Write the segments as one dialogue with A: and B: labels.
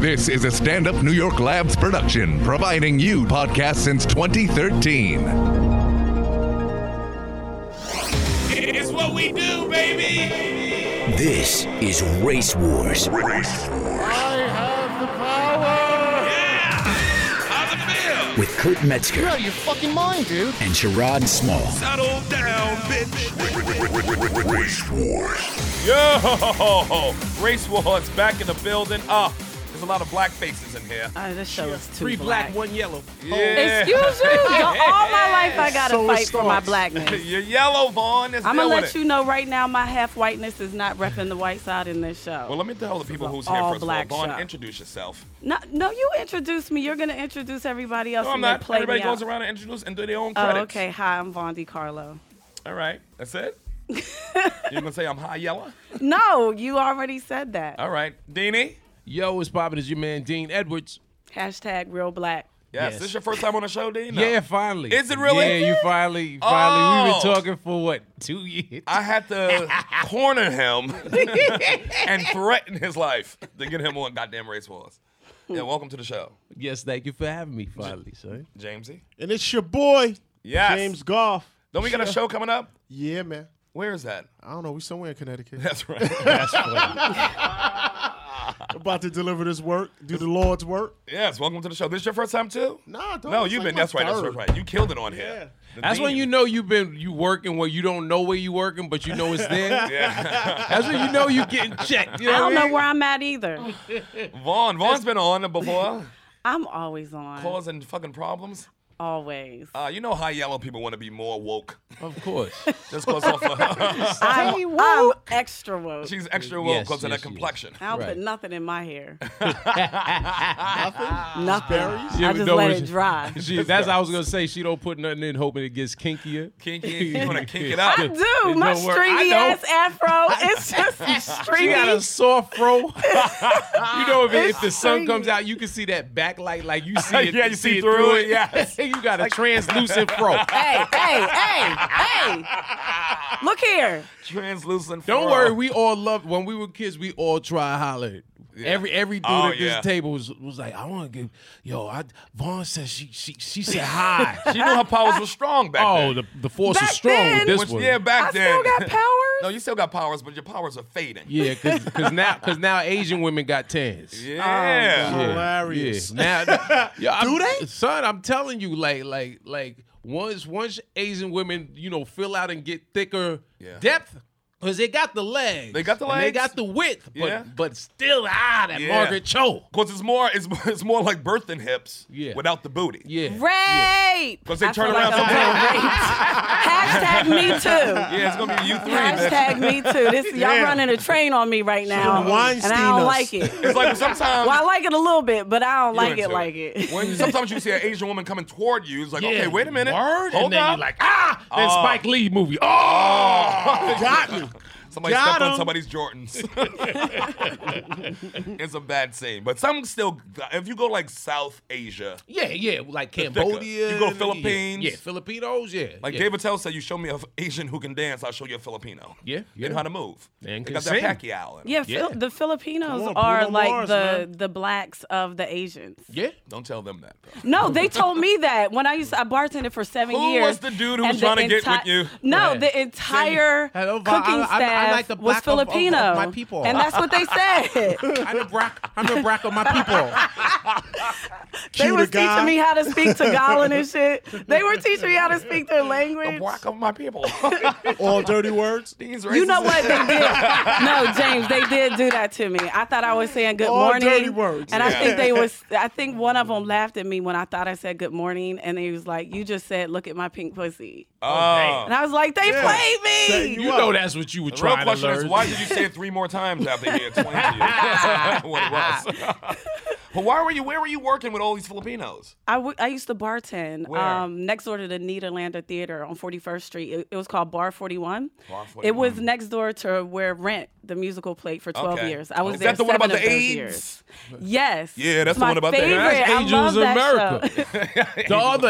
A: This is a stand up New York Labs production, providing you podcasts since 2013.
B: It's what we do, baby.
C: This is Race Wars
B: How's it feel?
C: with Kurt Metzger. You're out of your fucking mind, dude. And Sherrod Small.
B: Settle down, bitch.
D: Yo, Race Wars back in the building. Ah, there's a lot of black faces in here.
E: Oh, this show is too
F: Three black, one yellow.
E: Oh.
D: Yeah.
E: Excuse you. Yo, all my life I gotta
F: So it
E: fight for my
F: starts.
E: blackness.
D: You're yellow, Vaughn. Let's
E: I'm gonna
D: deal with
E: let
D: it.
E: you know right now, my half whiteness is not repping the white side in this show.
D: Well, let me tell the people
E: This
D: who's
E: is
D: here
E: an
D: first of all.
E: all-black
D: Vaughn,
E: show.
D: introduce yourself.
E: no, no, you introduce me. You're gonna introduce everybody else
D: No, I'm
E: and
D: not.
E: then play
D: Everybody
E: me
D: goes
E: out.
D: around and introduce and do their own credits.
E: Oh, okay. Hi, I'm Von Carlo.
D: All right, that's it. You're gonna say I'm high yellow.
E: No, you already said that.
D: All right, Deanie.
F: Yo, what's poppin'? Is your man Dean Edwards?
E: Hashtag real black.
D: Yes,
F: Yes.
D: this is your first time on the show, Dean.
F: Yeah, finally.
D: Is it really?
F: Yeah, you finally, finally. We've
D: Oh.
F: been talking for what two years?
D: I had to corner him and threaten his life to get him on goddamn race wars. Yeah, welcome to the show,
F: yes, thank you for having me. Finally, son.
D: Jamesy.
G: And it's your boy,
D: Yes.
G: James Goff.
D: Don't we got a show coming up?
G: Yeah, man.
D: Where is that?
G: I don't know. We somewhere in Connecticut.
D: That's right.
G: About to deliver this work, do the Lord's work.
D: yes, welcome to the show. This your first time too?
G: Nah, dog,
D: No,
G: it's
D: you've
G: like
D: been.
G: my
D: That's right. That's
G: third.
D: right. You killed it on here. The
F: That's when
D: theme.
F: you know you've been you working where you don't know where you working, but you know it's there.
D: Yeah.
F: That's when you know you getting checked. You know
E: I don't
F: what I
E: know
F: mean?
E: where I'm at either.
D: Vaughn. Vaughn's been on before,
E: I'm always on.
D: causing fucking problems.
E: Always.
D: Uh, you know how yellow people want to be more woke.
F: Of course.
D: Just cause of uh,
E: I'm, I'm extra woke.
D: she's extra woke
F: Yes,
D: because of
F: yes,
D: that
F: she is.
D: complexion.
E: I don't
F: Right.
E: put nothing in my hair. nothing? Nothing.
F: You
E: I
F: ever
E: just
F: know
E: let
F: when
E: it
F: she-
E: dry.
F: She, that's how I was gonna say. She don't put nothing in, hoping it gets kinkier.
D: Kinky, you want to kink it up?
E: I do. My
F: don't work. I
E: stringy
F: know.
E: ass afro. It's just
F: She got a
E: stringy.
F: soft fro. you know, if, if the sun comes out, you can see that backlight, like you see it.
D: Yeah, you see through it, yes.
F: you got a translucent fro.
E: Hey, hey, hey, hey. Look here.
D: Translucent.
F: Don't
D: fur.
F: worry, we all loved when we were kids. We all try hollered. Every every dude
D: Oh,
F: at this
D: yeah.
F: table was, was like, I want to give. Yo, I, Vaughn said she she she said hi.
D: She knew her powers were strong back
F: oh,
D: then.
F: the the force
E: Back
F: is strong.
E: then-
F: with this
D: Which-
F: one,
D: yeah, back
E: I
D: then.
E: still got powers.
D: no, you still got powers, but your powers are fading.
F: yeah, cause, 'cause now cause now Asian women got tans.
D: Yeah.
F: Yeah,
G: Hilarious.
F: Yeah. Now, yeah, I'm-
G: Do they?
F: Son, I'm telling you, like, like, like once once Asian women, you know, fill out and get thicker
D: Yeah.
F: depth. Cause they got the legs,
D: They got the
F: and they
D: legs.
F: got the width, but
D: Yeah.
F: but still, ah, that
D: Yeah.
F: Margaret Cho,
D: Cause it's more, it's, it's more like birth than hips,
F: Yeah.
D: without the booty.
F: yeah,
E: Rape.
D: Because they
E: I
D: turn
E: feel
D: around
E: I'm being raped. Hashtag me too.
D: Yeah, it's gonna be you three. bitch.
E: Hashtag me too. This y'all running a train on me right now, and
G: Weinstein
E: I don't
G: us.
E: like it.
D: It's like sometimes.
E: Well, I like it a little bit, but I don't
D: You
E: like
D: into
E: it like it.
D: When sometimes you see an Asian woman coming toward you, it's like,
F: yeah.
D: okay, wait a minute,
F: Word?
D: hold
F: and then
D: up.
F: you like, ah, then
D: Oh.
F: Spike Lee movie, oh,
D: got me. Somebody
G: Got
D: stepped on
G: him.
D: somebody's Jordans. it's a bad scene, but some still. If you go like South Asia,
F: yeah, yeah, like
D: thicker.
F: Cambodia,
D: You go
F: and- yeah,
D: Philippines.
F: yeah, Filipinos, yeah,
D: like
F: yeah.
D: David Tell said, you show me an Asian who can dance, I'll show you a Filipino.
F: Yeah, yeah.
D: and how to move.
F: And
D: they
F: can
D: got that
F: sing.
D: Pacquiao. In it.
E: Yeah,
F: Yeah.
E: Fil- the Filipinos
G: Come on,
E: are
G: Bruno
E: like
G: Mars,
E: the
G: man.
E: the blacks of the Asians.
F: yeah,
D: Don't tell them that. Bro.
E: No, they told me that when I used to, I bartended for seven
D: Who
E: years.
D: was the dude who was
E: and the
D: trying to get
E: enti-
D: with you?
E: No,
F: Yeah.
E: the entire
F: Hello, Vi-
E: cooking
F: I- I- I
E: staff
F: like the
E: was
F: black of- of- of
E: Filipino,
F: my people.
E: and that's what they said.
F: I'm the brack, I'm the brack of my people.
E: they
G: Cue
E: was
G: the guy.
E: teaching me how to speak Tagalog and shit. They were teaching me how to speak their language.
D: The black of my people.
G: All dirty words.
D: These
E: You know
D: racists-
E: what they did? No, James, they did do that to me. I thought I was saying good
G: All
E: morning,
G: dirty words.
E: and I
D: Yeah.
E: think they was. I think one of them laughed at me when I thought I said good morning, and they was like, "You just said look at my pink pussy,"
D: Oh.
E: and I was like, "They played me."
G: Setting
F: You
G: up.
F: know that's what you were
D: The real
F: trying to
D: question is
F: learn.
D: why did you say it three more times after he explained to you what it was? but why were you? Where were you working with all these Filipinos?
E: I, w- I used to bartend
D: Where?
E: Um, next door to the Nederlander Theater on 41st Street. It, it was called Bar 41.
D: Bar
E: It was
D: 41.
E: next door to where Rent, the musical, played for 12
D: Okay.
E: years. I was
D: Is
E: there
D: that the one
E: seven
D: about
E: of
D: the
E: those
D: AIDS?
E: years. Yes.
D: Yeah, that's
E: It's
D: the
E: my
D: one about the-
E: favorite.
D: That's
E: I
F: Angels
E: love
F: in
E: that
F: America.
E: show.
F: the other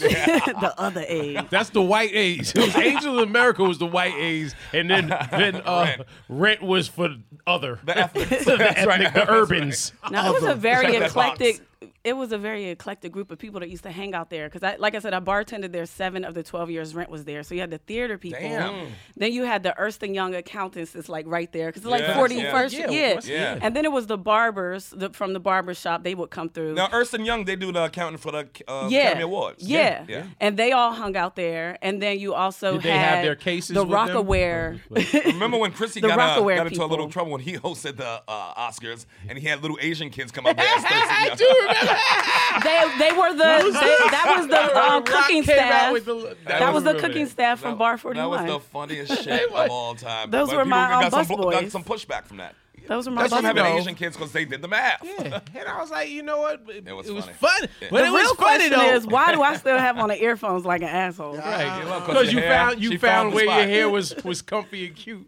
E: the other AIDS.
F: That's the white A's. It was Angels of America was the white A's, and then then uh, rent. was for other
D: The ethnic,
F: the,
D: That's right.
F: ethnic, the urbans. Oh,
E: Now it was a
G: Other.
E: very
D: Check that box.
E: eclectic. It was a very eclectic group of people that used to hang out there. Because, I, like I said, I bartended there. Seven of the twelve years rent was there. So you had the theater people.
D: Damn.
E: Then you had the Ernst and Young accountants. That's like right there. Because like
D: Yeah,
E: forty
D: yeah.
E: first,
F: Yeah,
E: yeah.
F: what's-
D: yeah.
E: And then it was the barbers the, from the barber shop. They would come through.
D: Now, Ernst and Young, they do the accounting for the uh,
E: yeah.
D: Academy Awards.
E: yeah,
D: yeah.
E: and they all hung out there. And then you also
F: Did they
E: had
F: have their cases
E: The
F: with them?
E: Rockaware.
D: Remember when Chrissy
E: The
D: got, uh,
E: Rockaware
D: got into a little
E: people.
D: trouble when he hosted the uh, Oscars and he had little Asian kids come up there as
F: I
D: Ernst
F: do
D: and Young.
F: remember
E: they they were the they, that was the um,
F: Rock
E: cooking
F: came out
E: staff.
F: with the-
E: that,
D: that was
E: was the
F: really-
E: cooking staff from Bar Forty
D: That was
E: One.
D: the funniest shit
F: was.
D: of all time.
E: Those
D: But
E: were
D: people
E: my, um,
D: got some,
E: bus
D: blo- got
E: boys.
D: some pushback from that.
E: Those were my
D: That's what
E: bus
D: happened to
E: boys.
D: Asian kids because they did the math.
F: And I was like, you know what? It,
D: was
F: it was
D: funny.
F: fun.
D: Yeah.
E: The
F: But it
E: real
F: was funny
E: question
F: though.
E: is, why do I still have on the earphones like an asshole?
F: Because you
D: Your hair,
F: found you
D: she
F: found,
D: the
F: where
D: spot.
F: your hair was was comfy and cute.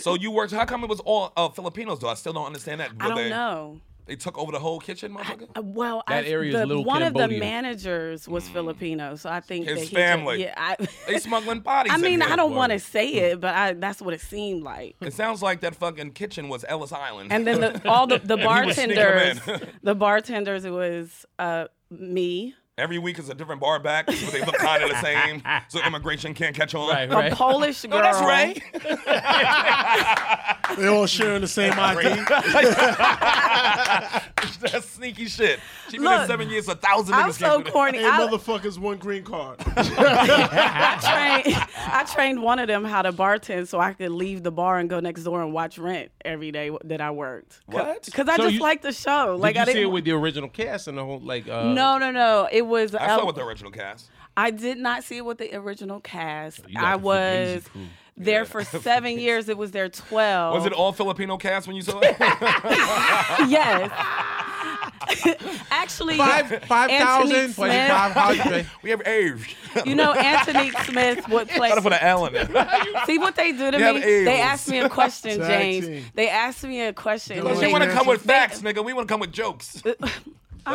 D: So you worked. How come it was all uh, Filipinos though? I still don't understand that.
E: I
D: Were
E: don't
D: they,
E: know.
D: They took over the whole kitchen, motherfucker.
E: Uh, Well,
F: That
E: I,
F: area is
E: the,
F: Little
E: one of the
F: Cambodia.
E: managers was Filipino, so I think
D: Mm. His
E: that he
D: family.
E: Just, yeah, I,
D: they smuggling bodies.
E: I
D: in
E: mean,
D: here. Mm.
E: I don't want to say it, but I, that's what it seemed like.
D: It sounds like that fucking kitchen was Ellis Island.
E: And then the, all the, the
D: was sneaking 'em
E: bartenders,
D: in.
E: the bartenders, it was uh, me,
D: every week is a different bar back, but they look kind of the same. So immigration can't catch on.
F: Right,
E: a
F: right.
E: Polish girl.
D: Oh, that's Ray.
G: They all sharing the same ID.
D: that's sneaky shit. She been in
E: Look,
D: seven years, a thousand
E: I'm
D: niggas
E: so
D: can't do that.
E: corny.
G: Hey,
E: I,
G: motherfuckers, one green card.
E: I trained I trained one of them how to bartend so I could leave the bar and go next door and watch Rent every day w- that I worked.
D: What?
E: Because I
F: So
E: just
F: you-
E: liked the show. like
F: Did you
E: I didn't.
F: see it with the original cast and the whole like? Uh,
E: no, no, no. It was.
D: I saw
E: uh,
D: with the original cast.
E: I did not see it with the original cast.
F: you got
E: I
F: the fugazi
E: was
F: crew.
E: there for seven years. It was their twelve.
D: Was it all Filipino cast when you saw it?
E: Yes. Actually,
F: Five five
E: Anthony
F: thousand
E: Smith.
F: five hundred.
D: we have Ave.
E: You know, Anthony Smith would play.
D: Gotta put an L in there.
E: See what they do to
D: You have
E: me?
D: A's.
E: They asked me a question,
G: Tag
E: James.
G: team.
E: They asked me a question.
G: Because
E: and
D: you
E: they-
D: want to come with facts, nigga. We want to come with jokes. Go
E: All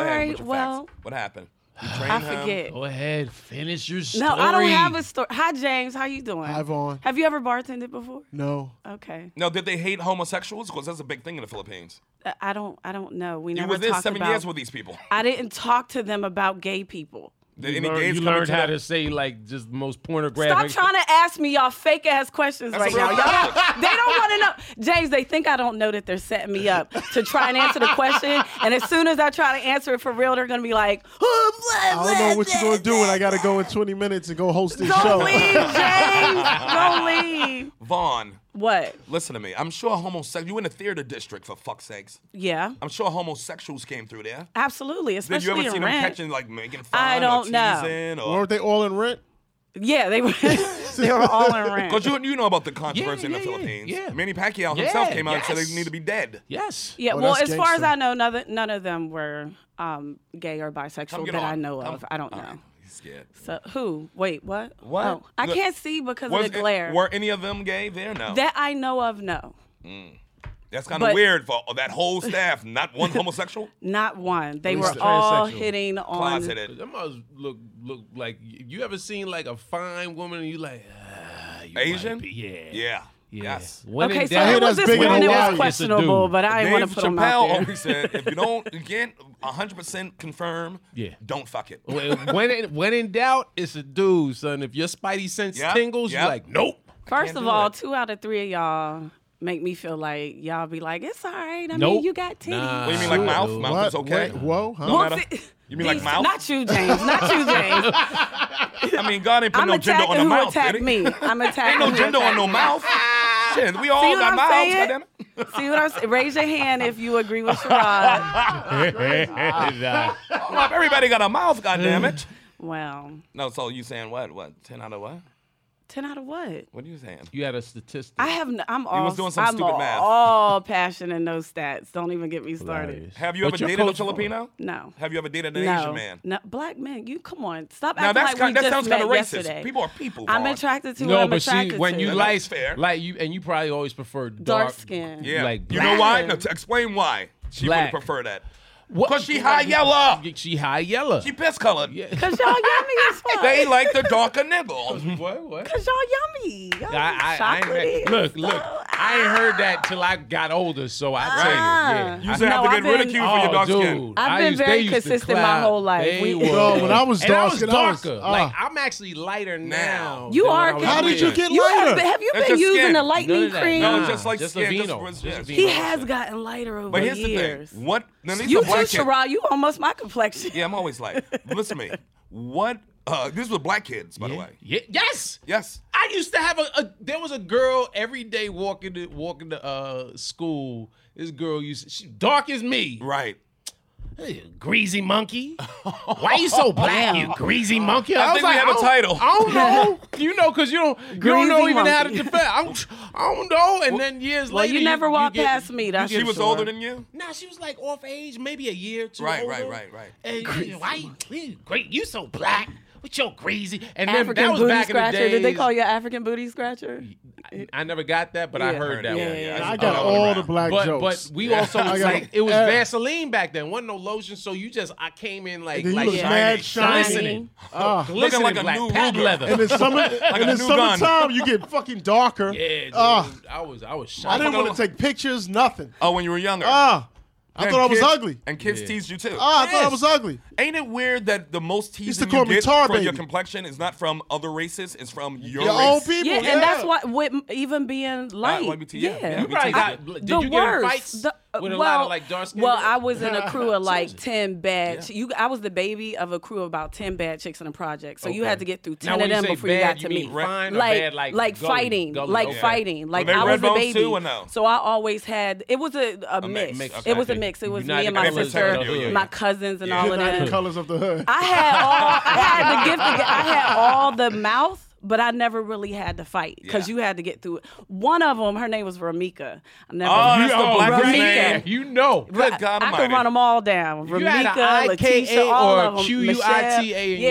D: ahead with
E: right,
D: your
E: well,
D: facts. what happened? You
E: I
D: trained him?
E: forget.
F: Go ahead, finish your story.
E: No, I don't have a story. Hi, James. How you doing?
G: Hi, Vaughn.
E: Have you ever bartended before?
G: No.
E: Okay,
D: Now, did they hate homosexuals? Because that's a big thing in the Philippines.
E: I- I don't. I don't know. We
D: You
E: never
D: were there
E: talked
D: seven
E: about.
D: years with these people.
E: I didn't talk to them about gay people.
D: Did
F: You
D: any
F: learned,
D: gays
F: you
D: come
F: learned
D: into
F: how
D: the-
F: to say like just the most
E: Stop
F: pornographic.
E: trying to ask me y'all fake ass questions
D: That's
E: right
D: a real
E: now. Y'all don't, they don't want to know. James, they think I don't know that they're setting me up to try and answer the question. And as soon as I try to answer it for real, they're gonna be like, "Oh,
G: I don't know what you're going to do when I got to go in 20 minutes and go host this show.
E: Don't leave, James. Don't leave.
D: Vaughn,
E: What?
D: listen to me. I'm sure homosexual. You in the theater district for fuck's sakes.
E: Yeah,
D: I'm sure homosexuals came through there.
E: absolutely.
D: Did
E: Especially
D: you ever see
E: in
D: them
E: rent.
D: catching like making fun
E: I
D: or
E: don't know.
D: teasing or?
G: Weren't they all in rent?
E: Yeah, they were. they were all in rent.
D: Because you, you know about the controversy in the
F: yeah, yeah,
D: Philippines.
F: yeah.
D: Manny Pacquiao himself
F: Yeah,
D: came out and said
F: yes.
D: they need to be dead.
F: Yes.
E: Yeah,
G: Oh,
E: well, as
G: that's
E: far as
G: gangster.
E: I know, none, none of them were um, gay or bisexual
D: get
E: that I
D: on.
E: know
D: Come-
E: of. I don't know.
D: All right, He's scared.
E: So who? Wait, what?
D: What?
E: Oh, I
D: The-
E: can't see because
D: Was
E: of the
D: it-
E: glare.
D: were any of them gay there? No.
E: that I know of, no,
D: That's kind of
E: but-
D: weird for that whole staff. Not one homosexual.
E: not one. They
F: least
E: were
F: the
E: all
F: transsexual.
E: hitting on.
D: Closeted.
F: Them must look look like you ever seen like a fine woman and you like ah, you might
D: Asian?
F: be- yeah.
D: Yeah.
F: Yeah.
D: Yes.
F: When
E: Okay,
F: in
E: so
F: doubt-
G: hear
E: there was
G: that's
E: this
G: big in
E: one
G: Hawaii.
E: that
G: It's a
E: was
G: dude.
E: questionable, but I didn't want
D: Dave
E: to put him
D: Chappelle
E: out there.
D: always said, if you don't, again, 100% confirm,
F: Yeah.
D: don't fuck it.
F: when when in, when in doubt, it's a dude, son. If your spidey sense
D: Yep,
F: tingles,
D: yep.
F: you're like, nope.
E: First
D: Can't
E: of
D: do
E: all,
D: it.
E: two out of three of y'all make me feel like y'all be like, it's all right. I
F: Nope.
E: mean, you got titties.
F: Nah.
D: What do you mean, like mouth? Mouth is
G: What?
D: okay?
G: Wait, whoa, huh?
D: No
E: Well,
D: matter-
E: see-
D: You mean like
E: these-
D: mouth?
E: Not you, James. Not you, James.
D: I mean, God ain't put
E: I'm
D: no gender
E: attacking
D: on the
E: who
D: mouth. did
E: attacked
D: he?
E: me. I'm
D: Ain't
E: attacking
D: no
E: who
D: gender on
E: attacked
D: no
E: me.
D: mouth. Shit, we all
E: See what
D: got
E: I'm
D: mouths,
E: saying?
D: goddammit.
E: See what I'm saying? Raise your hand if you agree with Sherrod.
D: I'm like, Everybody got a mouth,
F: Mm.
D: goddammit.
E: well,
D: No, so you saying what? What? 10 out of what?
E: ten out of what?
D: What are you saying?
F: you had a statistic.
E: I have. n- I'm all.
D: was doing some
E: I'm
D: stupid
E: all,
D: math.
E: all passion and no stats. Don't even get me started.
D: Have you ever
F: But your
D: dated a
F: coach-
D: Filipino?
E: No.
D: Have you ever dated an
E: No,
D: Asian man?
E: no, black men. You come on, stop
D: Now,
E: acting
D: that's
E: like
D: kind-
E: we
D: that
E: just
D: sounds
E: met
D: kinda racist.
E: yesterday.
D: People are people,
E: I'm
D: Vaughn.
E: attracted to. who
F: No,
E: I'm
F: but see,
E: attracted
F: when
E: to.
F: you
D: That's
F: like,
D: fair.
F: like you, and you probably always prefer dark,
E: Dark skin.
D: Yeah.
F: Like
D: you know why?
E: black.
D: No, t- explain why she
F: Black.
D: would prefer that. Because she high yellow.
F: She high yellow.
D: She piss colored.
E: Cause y'all yummy as fuck.
D: They like the darker nigga.
F: What? What?
E: Cause y'all yummy. Y'all
F: I, I, I ain't
E: chocolatey.
F: heard- look, look.
E: Oh,
F: I ain't heard that till I got older. So I
E: Ah.
F: tell you, yeah. Oh,
D: You said have
E: No,
D: to
E: I've
D: get
E: been-
D: ridiculed for your dark skin.
E: I've
F: I
E: been
F: used- they
E: very
F: used to
E: consistent my
F: clown.
E: whole life.
F: They
E: We-
F: were-
G: Bro, when I was
F: and I
G: dark
F: was
G: skin, I was-
F: darker.
G: ah.
F: like I'm actually lighter now.
E: You
F: than when
E: are
F: I was
E: How
G: How did
F: younger.
G: you get
E: You have,
G: lighter?
E: been- have you
D: That's
E: been
D: just
E: using
D: skin.
E: the
F: None
E: lightning
F: of that.
E: cream?
D: No, just like
F: just
D: skin,
F: a
D: just
F: vino.
D: was-
F: Just
D: yeah.
F: vino.
E: he has gotten lighter over
D: But here's
E: years.
D: the thing. What? Now, these
E: You
D: are
E: too,
D: black kids.
E: Shirai. You almost my complexion.
D: Yeah, I'm always like, listen to me. What? Uh, this was black kids, by the
F: Yeah.
D: way.
F: Yeah. Yes.
D: Yes.
F: I used to have a, a there was a girl every day walking to walking to uh school. This girl used she dark as me.
D: Right.
F: Hey, Greasy monkey. Why you so black, you greasy monkey?
D: I oh,
F: was
D: think we have a
F: don't-
D: title.
F: I don't
E: Oh,
F: know. You know, cause you don't you don't know
E: Greasy
F: even how to
E: monkey.
F: defend. I don't, I don't know. And then years
E: Well,
F: later,
E: you never walked
F: get-
E: past me. That's
D: She
E: for
D: was
E: sure.
D: older than you?
F: Nah, she was like off age, maybe a year or two.
D: Right,
F: older.
D: right, right, right.
F: And you- why you you great? You so black with your greasy. And then
E: African
F: that was
E: booty
F: back
E: scratcher.
F: in the day.
E: Did they call you an African booty scratcher?
F: I never got that, but I
E: Yeah.
F: heard that.
D: Yeah,
F: one.
D: yeah,
G: Yeah, I
D: I just-
G: got
D: I
G: all
D: around.
G: the black
F: But
G: jokes.
F: but we also was
G: got
F: like
G: it.
F: it was
G: Yeah.
F: Vaseline back then. wasn't no lotion, so you just I came in like
G: And then you
F: like
G: was mad
E: shiny.
F: glistening,
G: Ah.
F: glistening
D: like a
F: black
D: new
F: pack
D: Ruger.
F: leather.
G: And in summer, and
D: a
G: in
D: new gun.
G: summertime, you get fucking darker.
F: yeah, dude,
G: Ah.
F: I was I was
G: I
F: shocked.
G: didn't want to take pictures, nothing.
D: Oh, when you were younger.
G: Ah, I
D: And
G: thought I was
D: kids-
G: ugly.
D: And kids teased you too.
G: Ah, I thought I was ugly.
D: Ain't it weird that the most
G: used to
D: teasing
G: call
D: you
G: me
D: get
G: tar
D: from your
G: baby.
D: complexion is not from other races, it's from your,
G: Your own
D: race?
G: people.
E: Yeah, and that's why with m- even being light.
D: LGBT, yeah,
E: yeah,
D: yeah, You
F: You probably got, did
E: the
F: you get in
E: worst.
F: fights
E: The-
F: with a
E: well,
F: lot of like dark skin?
E: well, I was in a crew of like ten bad. chi- You, I was the baby of a crew of about ten bad chicks in a project. So you
F: Okay.
E: had to get through
F: Now,
E: ten
F: when
E: of
F: you
E: them
F: say
E: before you
F: bad,
E: got
F: you
E: to me.
F: mean fine or
E: like,
F: bad, like gully-
E: fighting,
F: gully,
E: like
F: okay.
E: fighting, like
D: they
E: I
D: red
E: was the
D: bones
E: baby.
D: too or no?
E: So I always had. It was a, a, mix.
D: mix,
E: It was a
D: okay.
E: mix. It was
F: United
E: me and my
F: Colors of
E: sister,
F: the hood.
E: my cousins, and all of
G: United
E: that.
G: colors of the hood.
E: I had all I had the gift of, I had all the mouth, but I never really had to fight because
D: Yeah.
E: you had to get through it. One of them, her name was Ramika. I never.
D: Oh, that's the
F: oh,
D: black
E: Ramika.
D: man.
F: right there. You know.
D: Good God
E: I could
D: almighty.
E: run them all down.
F: you had
E: Ramika,
F: an IKA
E: Leticia, all of
F: or
E: them.
F: QUITA in
E: Michelle.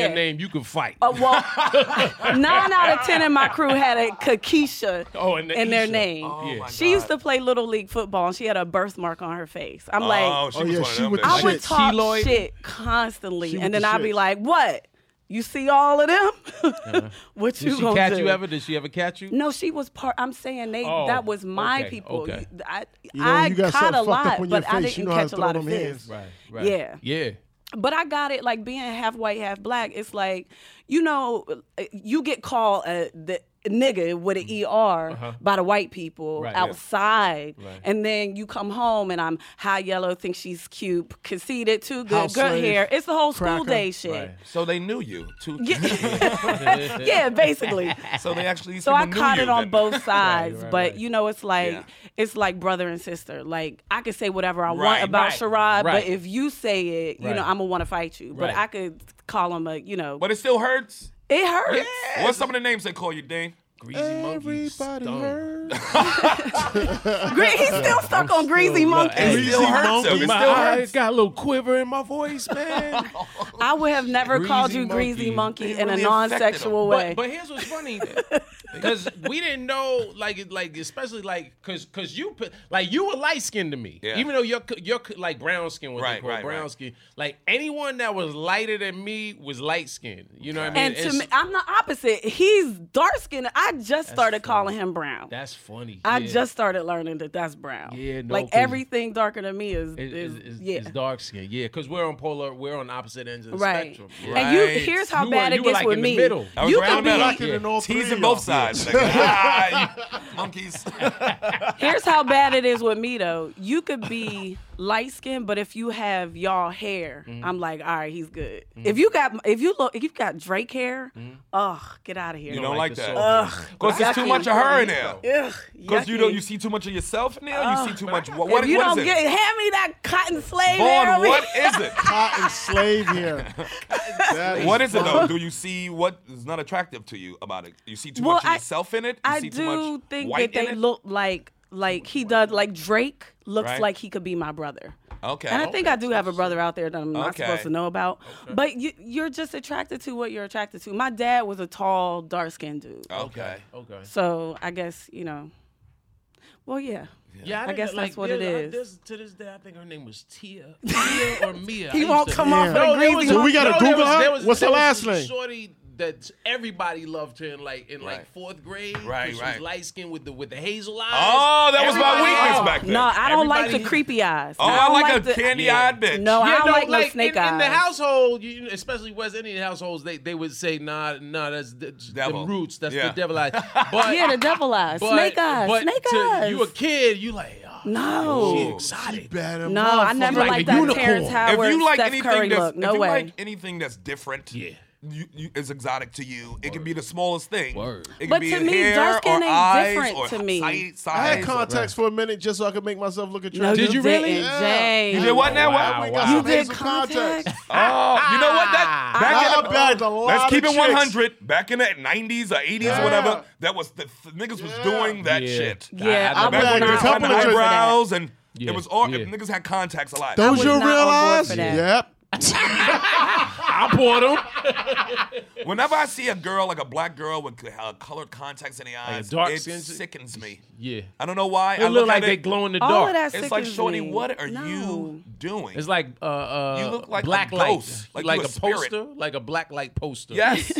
F: your name, you can fight.
E: Uh, well, nine out of ten in my crew had a Kakisha
F: Oh, and the
E: in their
F: Isha.
E: name.
F: Oh, my
E: she used to play little league football, and she had a birthmark on her face. I'm
D: oh,
E: like,
D: she
G: Oh,
D: was
G: yeah,
D: one of
G: she
D: them
G: would-
D: bitches.
E: I would
G: shit.
E: talk
F: Keloid.
E: shit constantly,
G: She with
E: and then
G: the
E: I'd be
G: shits.
E: like, "What? You see all of them? what you
F: Did she
E: gonna
F: catch
E: do?"
F: you ever? Did she ever catch you?
E: No, she was part. I'm saying they.
F: Oh,
E: that was my
F: okay,
E: people.
F: okay.
E: You- I,
G: You know,
E: I
G: you got
E: caught a
G: something fucked up
E: lot,
G: on your
E: but
G: face,
E: I didn't
G: you know how to
E: catch a
G: throw
E: lot
G: them
E: of fish.
G: hands.
F: Right, right.
E: Yeah.
F: Yeah.
E: But I got it like being half white, half black. It's like you know, eh, you get called a the nigga with an ER by the white people
F: Mm-hmm. Uh-huh. Right, yeah.
E: outside,
F: Right.
E: and then you come home and I'm high yellow, think she's cute, conceited, too good,
G: House
E: good
G: slave,
E: hair. It's the whole
G: cracker.
E: school day shit.
F: Right.
D: So they knew you too.
E: Yeah. yeah, basically.
D: So they actually
E: So I
D: people knew
E: caught
D: you
E: it on
D: then.
E: both sides,
F: right,
E: but
F: right.
E: you know, it's like
D: Yeah.
E: it's like brother and sister. Like I could say whatever I
D: Right,
E: want about
F: right,
E: Sherrod,
F: right.
E: but if you say it, you
F: Right.
E: know, I'm gonna want to fight you. But
F: Right.
E: I could call him a, you know,
D: But it still hurts.
E: it hurts.
D: What's some of the names they call you, Dane?
F: Greasy monkey.
G: Everybody
F: stung.
G: heard.
E: Gre- He's still stuck on greasy
F: Uh,
E: monkey.
D: It still hurts him. It
F: My
D: still
F: eyes
D: hurts.
F: got a little quiver in my voice, man.
E: I would have never
F: Greasy
E: called you
F: monkey.
E: greasy monkey in
D: really
E: a non-sexual way.
F: but, but here's what's funny, because we didn't know, like, it- like especially like, cause, cause you put, like, you were light skinned to me,
D: Yeah.
F: even though your c- your c- like brown skin was
D: Right, right,
F: brown
D: right.
F: skin. Like anyone that was lighter than me was light skinned. You know what I mean?
E: and to
F: It's-
E: me, I'm the opposite. He's dark skinned. I just started calling him brown.
F: that's funny.
E: I
F: yeah.
E: just started learning that that's brown.
F: Yeah, no,
E: like
F: 'cause-
E: everything darker than me is,
F: It-
E: is,
F: it's, it's-
E: yeah.
F: it's dark skin, yeah, because we're on polar, we're on opposite ends of the
E: Right.
F: spectrum.
E: And you
D: Right.
E: here's how
F: You were-
E: bad
F: you
E: it
F: were
E: gets
F: like
E: with
F: in the
E: me.
F: middle. I
D: was
E: You
D: round
E: could
D: up.
E: be
G: Knocking in all three
D: Teasing
G: of
D: both
G: y'all.
D: sides. nigga. Ah, you monkeys.
E: here's how bad it is with me though. You could be light skinned, but if you have y'all hair,
F: Mm-hmm.
E: I'm like, all right, he's good. If you got if you look if you've got Drake hair,
F: Mm-hmm.
E: ugh, get out of here.
D: You don't like that.
E: ugh.
D: Because there's too much of her in there.
E: Ugh.
D: Because you
E: yucky. Ah.
D: don't, you see too much of yourself in there. You see too much. What,
E: if
D: what,
E: you
D: what
E: don't
D: is
E: get
D: it?
E: hand me that cotton slave hair
D: Vaughn,
E: over
D: what
E: here.
D: is it?
G: Cotton slave here. That
D: What is it though? Do you see what is not attractive to you about it? You see too
E: Well,
D: much of
E: I-
D: yourself in it. You
E: I
D: see too
E: do
D: much
E: think
D: white
E: that
D: in
E: they
D: it?
E: look like like he does like Drake looks
D: Right.
E: like he could be my brother.
D: Okay.
E: And I think I do have a brother out there that I'm not
D: Okay.
E: supposed to know about. But you, you're just attracted to what you're attracted to. My dad was a
D: Oh.
E: tall, dark skinned dude.
D: Okay.
F: Okay.
E: So I guess, you know, well, yeah.
F: Yeah,
E: I guess
F: didn't- like,
E: that's what it
F: there's- I-
E: is.
F: there's- to this day, I think her name was Tia, Tia or Mia.
E: He
F: I used
E: won't
F: to-
E: come off Yeah. with a
F: there
E: greasy
F: was-
E: So we
G: gotta
F: there
G: Google
F: was-
G: her?
F: there was-
G: What's her
F: there was
G: last
F: this
G: name?
F: Shorty that everybody loved her in like in like fourth grade. 'cause
D: Right,
F: she was
D: right.
F: light skinned with the with the hazel eyes.
D: Oh, that was my
F: Everybody-
D: weakness back then.
E: No, I don't like
F: Everybody-
E: the creepy eyes.
D: Oh, I
E: don't
D: like, a
E: the-
D: candy-eyed bitch.
E: No, I
F: Yeah,
E: don't
F: no,
E: like, no
F: like
E: snake
F: in,
E: eyes.
F: in the household, you, especially West Indian households, they, they would say, "Nah, nah, that's the, the
D: Devil.
F: roots, that's
D: Yeah.
F: the devil eyes." But
E: yeah, the devil eyes,
F: but-
E: snake eyes,
F: but
E: snake
F: to-
E: eyes.
F: You a kid, you like, oh,
E: no,
F: she
D: Ooh.
F: exotic.
G: Better
E: no, I
G: motherfucker.
E: never
F: like
E: liked
F: a
E: that
F: unicorn.
E: Terrence
D: if
E: Howard,
D: you like
E: Steph
D: anything
E: Curry
D: that's
E: look. No
D: if you
E: way.
D: like anything that's different,
F: Yeah.
D: you, you, is exotic to you. It can be the smallest thing.
F: Word.
D: It can
E: But
D: be
E: to me,
D: hair
E: dark skin
D: or
E: ain't
D: eyes
E: different
D: or
E: to me.
D: Sight,
G: I
D: size
G: had
D: or-
G: contacts for a minute just so I could make myself look attractive.
E: no,
F: Did you really?
E: didn't,
G: Yeah.
E: James.
D: You did what now?
G: I
D: Wow,
G: went and
F: wow.
G: got
E: You
G: some
E: did
G: Hazel contacts.
E: contacts?
D: Oh, you know what? That back in
G: I
D: the
G: bagged a lot
D: Let's
G: of
D: keep it
G: chicks.
D: 100. Back in the 90s or 80s or
G: Yeah.
D: whatever, that was the th- niggas was
G: Yeah.
D: doing that
F: Yeah.
D: shit.
E: Yeah, I,
F: I- I
D: Back when
E: would
G: bagged
E: not
D: they
G: a
D: were
E: on
G: couple
D: cutting
G: of
E: board
G: chicks.
E: for that.
D: eyebrows and
F: Yeah.
D: it was all
F: Yeah.
D: niggas had contacts a lot.
G: Those
E: I was
G: your
E: not
G: real
E: on board
G: eyes?
E: for that.
G: Yep.
F: I poured them.
D: Whenever I see a girl like a black girl with uh, colored contacts in the eyes,
F: dark
D: it
F: skin-
D: sickens me.
F: Yeah,
D: I don't know why.
F: it
D: I
F: looked
D: look
F: like
D: at
F: they
D: it,
F: glow in the
E: All
F: dark.
E: of that
D: It's like,
E: sickens
D: Shorty,
E: me.
D: what are
E: No.
D: you doing?
F: It's like uh, uh
D: You look like a
F: black
D: ghost, like
F: light, like,
D: you a
F: a,
D: spirit.
F: poster, like a black light poster.
D: yes,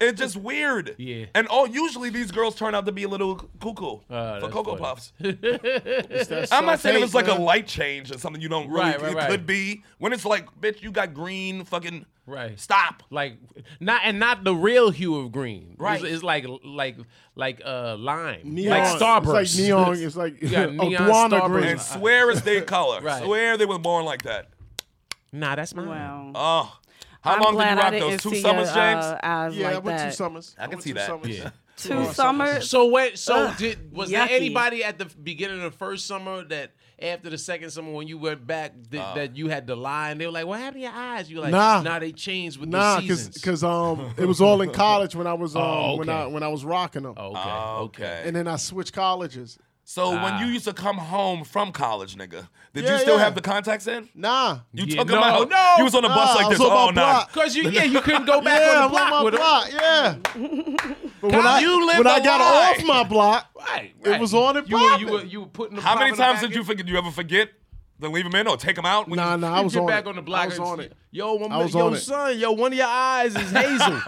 D: it's just weird.
F: Yeah.
D: and all usually these girls turn out to be a little cuckoo
F: Ah,
D: for
F: that's
D: cocoa
F: funny.
D: puffs.
G: That's
D: I'm not
G: self-hate,
D: saying it was like a
G: man.
D: light change or something you don't really.
F: Right, right,
D: it
F: right.
D: could be when it's like, bitch, you got green fucking.
F: Right.
D: Stop.
F: like not and not the real hue of green.
D: Right.
F: it's, it's like like like uh lime,
G: Neon.
F: like Starburst.
G: It's like neon. It's like
F: You got neon
G: iguana
F: Starburst.
G: green.
D: And swear it's their color.
F: Right.
D: Swear they were born like that.
F: nah, that's mine.
E: Wow.
D: Oh, how
E: I'm
D: long did
E: glad
D: you rock
E: I didn't
D: those two
E: see
D: summers,
E: your,
D: James?
E: Uh, eyes
G: Yeah, I
E: like
G: went
E: that.
G: two summers.
D: I can
G: went
D: see
G: two
D: that.
G: summers.
F: Yeah.
E: Two summers.
F: So when so
E: Ugh,
F: did was
E: yucky.
F: there anybody at the beginning of the first summer that after the second summer when you went back that, that you had to lie and they were like, "What happened to your eyes?" You were like,
G: Nah.
F: nah, they changed with
G: Nah,
F: the
G: cause,
F: seasons."
G: 'cause, um, it was all in college when I was um,
F: Oh,
G: when
F: okay. Oh.
G: I when I was rocking them,
F: okay, okay.
D: Okay.
G: and then I switched colleges.
D: So when
F: Ah.
D: you used to come home from college, nigga, did you
G: Yeah,
D: still
G: yeah.
D: have the contacts in?
G: Nah,
D: You
F: Yeah,
D: took
F: no,
D: them out.
F: no,
D: you was on the bus
G: nah,
D: like
G: Ah, I was
D: this
G: on my
D: all night.
G: block.
F: Cause you yeah you couldn't go back
G: yeah,
F: on the block
G: I'm on my
F: with them.
G: block. Yeah, but when
F: Kyle,
G: I
F: you live
G: when I
F: a
G: got
F: lie.
G: off my block,
F: Right,
G: It
F: right.
G: was on and
F: you were, you
G: popping.
F: were you were putting. The
D: How
F: pop
D: many
F: in the
D: times
F: back
D: did you
F: end?
D: forget? Do you ever forget to leave them in or take them out? when
G: nah,
D: you-
G: nah, I was
F: You're
G: on
F: back
G: it.
F: on the block.
G: I was
F: and
G: on
F: shit.
G: it.
F: Yo, one,
G: I was
F: yo,
G: on it.
F: son, yo, one of your eyes is hazel.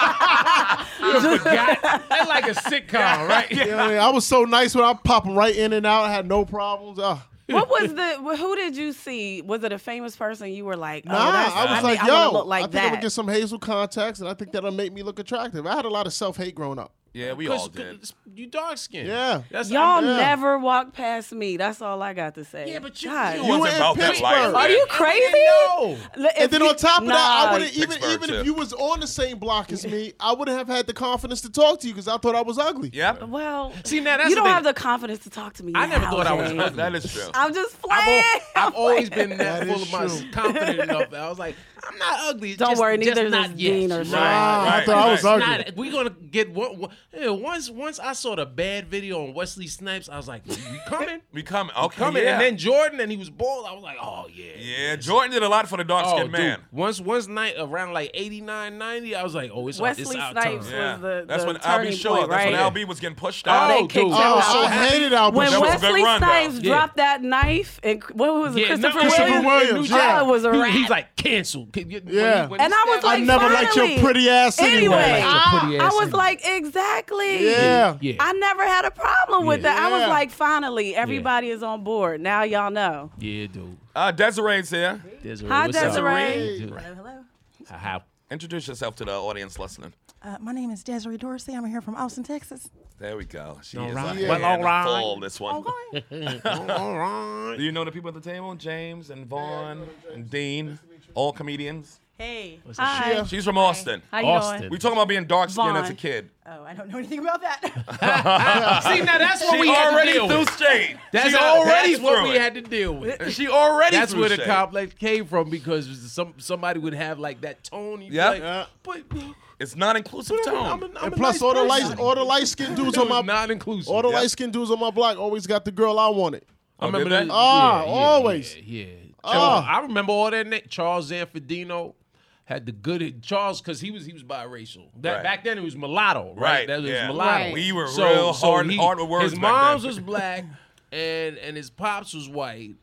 F: you forgot. That's like a sitcom, right?
G: You know what I mean? I was so nice when I pop them right in and out. I had no problems. Uh,
E: what was the? Who did you see? Was it a famous person? You were like, oh,
G: nah,
E: that's,
G: I was
E: need-
G: like,
E: I
G: yo,
E: wanna look like
G: I think
E: that.
G: I'm gonna get some hazel contacts, and I think that'll make me look attractive. I had a lot of self hate growing up.
D: yeah, we all
F: Cause,
D: did.
F: 'cause you dark skin.
G: Yeah.
F: That's
E: Y'all
F: I'm-
G: yeah.
E: never walk past me. That's all I got to say.
F: Yeah, but you-
E: God.
D: It
F: You
D: wasn't
G: in
D: about that life.
G: Pittsburgh.
E: are
D: man.
E: you crazy?
F: No.
E: Look, if
G: and then
E: you-
G: on top of that,
E: nah.
G: I wouldn't even
D: Pittsburgh,
G: even
D: too.
G: if you was on the same block as me, I wouldn't have had the confidence to talk to you because I thought I was ugly.
D: Yep.
E: Well,
F: See, now that's
E: you
F: the
E: don't
F: thing.
E: have the confidence to talk to me.
F: I never
E: now,
F: thought I was
E: Jay.
F: ugly.
D: That is true.
E: I'm just
F: I've,
E: playing.
F: al- I've always been
G: That
F: that full
G: is
F: of myself,
G: true.
F: confident enough. That I was like, I'm not ugly. It's
E: Don't
F: just,
E: worry,
F: just
E: neither
F: not
E: is
F: yet.
E: Dean or
G: Nah,
E: Right,
G: I thought I was
D: right.
G: ugly.
F: It's not- we're gonna get one. one yeah, once once I saw the bad video on Wesley Snipes, I was like, we coming,
D: We coming. Okay.
F: coming.
D: yeah.
F: And then Jordan, and he was bald. I was like, oh yeah.
D: yeah, Jordan did a lot for the dark
F: Oh,
D: skinned
F: dude.
D: man.
F: Once once night around like 89, 90, I was like, oh, it's our-
E: Wesley
F: it's our
E: Snipes
F: time.
D: Yeah.
E: was the,
D: That's
E: the
D: when
E: turning
D: Albie showed.
E: point,
D: That's
E: right?
D: when
F: Yeah.
D: Albie was getting pushed
E: Oh,
D: out.
E: they kicked
F: dude.
E: that
G: Oh,
E: out.
G: I hated Albert.
E: when
D: That was a good
E: Wesley
D: run, though.
E: Snipes
F: Yeah.
E: dropped that knife, and what was it,
F: Yeah,
E: Christopher,
F: no,
G: Christopher
E: Williams?
G: Williams,
E: That
G: yeah.
E: was a
F: He-
E: wrap.
F: he's like canceled. Can you- when he-
G: Yeah.
F: when he
E: and I was
F: stabbed-
E: like,
G: I never liked your
E: finally.
G: pretty ass anyway.
E: Anyway,
F: Your pretty
E: I
F: ass
E: was
F: anyway.
E: like, exactly.
G: Yeah.
F: Yeah.
E: I never had a problem with
F: Yeah.
E: that. I was
G: Yeah.
E: like, finally, everybody is on board. Now y'all know.
F: yeah, dude.
D: Uh, Desiree's here.
F: Desiree,
E: Hi,
F: what's up?
E: Desiree.
F: Desiree.
H: Hello.
F: How?
D: Introduce yourself to the audience listening.
H: Uh, my name is Desiree Dorsey. I'm here from Austin, Texas.
D: There we go. She
F: All
D: is
F: right.
D: a
F: Well, all right.
D: handful, this one.
H: Okay.
F: All right.
D: Do you know the people at the table? James and Vaughn and Dean, all comedians.
H: hey.
E: Hi.
G: Yeah.
D: She's from Austin.
E: How you
F: Austin.
E: doing?
D: We talking about being dark skinned as a
E: Vaughn.
D: kid.
H: Oh, I don't know anything about that.
F: Ah, See, now that's what
D: She
F: we had to
D: already
F: deal
D: threw
F: with.
D: shade.
F: That's
D: She
F: already
D: that's
F: what
D: through
F: we
D: it.
F: had to deal with.
D: She already.
F: That's
D: threw
F: where the
D: shade.
F: complex came from because some somebody would have like that tone. You'd be
D: Yeah.
F: like,
G: Yeah.
F: But,
D: It's not inclusive
F: but I'm,
D: tone.
F: I'm, a- I'm a
G: And plus,
F: nice
G: all the
F: person.
G: light, all the light skinned dudes
F: It
G: on
F: was
G: my,
F: not inclusive.
G: all the
F: Yeah.
G: light skinned dudes on my block always got the girl I wanted.
F: I
D: Oh,
F: remember
D: did they?
F: that.
G: Ah, always.
F: Yeah. yeah.
D: Oh.
G: Ah.
F: I remember all that. Name. Charles Zanfordino had the good Charles because he was he was biracial. That
D: Right.
F: back then it was mulatto, right?
D: Right,
F: That was
D: yeah.
F: mulatto.
E: Right.
D: We were real hard- hard with words
F: His
D: back
F: mom's
D: then.
F: was black. and and his pops was white.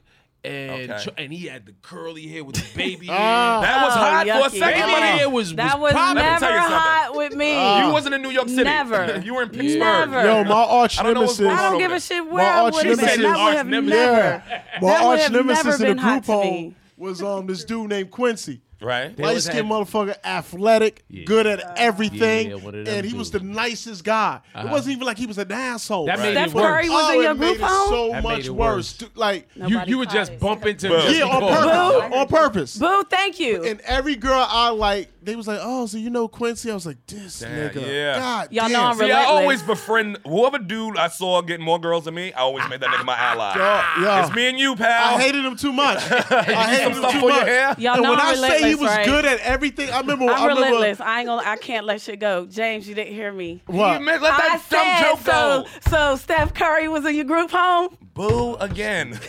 F: And
D: Okay.
F: tr- and he had the curly hair with the baby. hair.
D: That was
E: Oh,
D: hot for
E: yucky.
D: a second.
F: Baby
D: wasn't it?
F: hair was,
E: That was
F: popping.
D: me
E: never
D: tell you something.
E: hot with me.
D: you wasn't in New York City.
E: Never.
D: you were in
E: Yeah.
D: Pittsburgh.
E: Never.
G: Yo, my arch
D: I don't know what's
G: nemesis.
D: going
E: I
D: on
E: don't give
D: over
E: a shit
G: My
E: where I
G: arch
E: would have
G: nemesis.
E: been. That would
F: Arch
E: have
F: nemesis.
E: never.
G: My
E: That would
G: arch
E: have
G: nemesis
E: never
G: in
E: been
G: the
E: hot
G: group
E: to
G: home
E: me.
G: was um this dude named Quincy.
D: Right?
G: Light
F: always had-
G: skinned motherfucker, athletic, good at
E: Uh,
G: everything,
F: Yeah, one of them
G: and he was the
F: dudes.
G: nicest guy. It wasn't even like he was an asshole.
F: That made
E: Steph
F: it worse.
E: Curry was
G: oh,
E: in
G: it
E: your
G: made
E: group
G: it
E: home.
G: so
F: That made
G: much
F: it
G: worse.
F: worse.
G: Dude, like,
F: You
E: Nobody
F: you would
E: caught
F: just
E: it.
F: bump into
D: Bro.
F: just
G: yeah, on
F: because.
G: purpose, on purpose.
E: Boo, thank you.
G: And every girl I like, they was like, "Oh, so you know Quincy?" I was like, "This
D: Damn,
G: nigga,
D: yeah.
G: God
E: Y'all know
G: damn.
E: I'm
D: See, I
E: Relentless.
D: always befriend whoever dude I saw getting more girls than me. I always made that nigga my ally.
G: Yo, yo.
D: It's me and you, pal.
G: I hated him too much. I hated him
D: Stuff
G: too
D: for your
G: much.
D: hair.
E: Y'all
G: and
E: know
G: when
E: I'm
G: I say he
E: relentless,
G: was
E: right?
G: good at everything, I remember.
E: I'm
G: I remember
E: relentless. I ain't gonna. I can't let shit go. James, you didn't hear me.
G: what?
D: You meant- let that
E: I
D: dumb
E: said
D: joke
E: so.
D: go.
E: So Steph Curry was in your group home.
D: Boo again.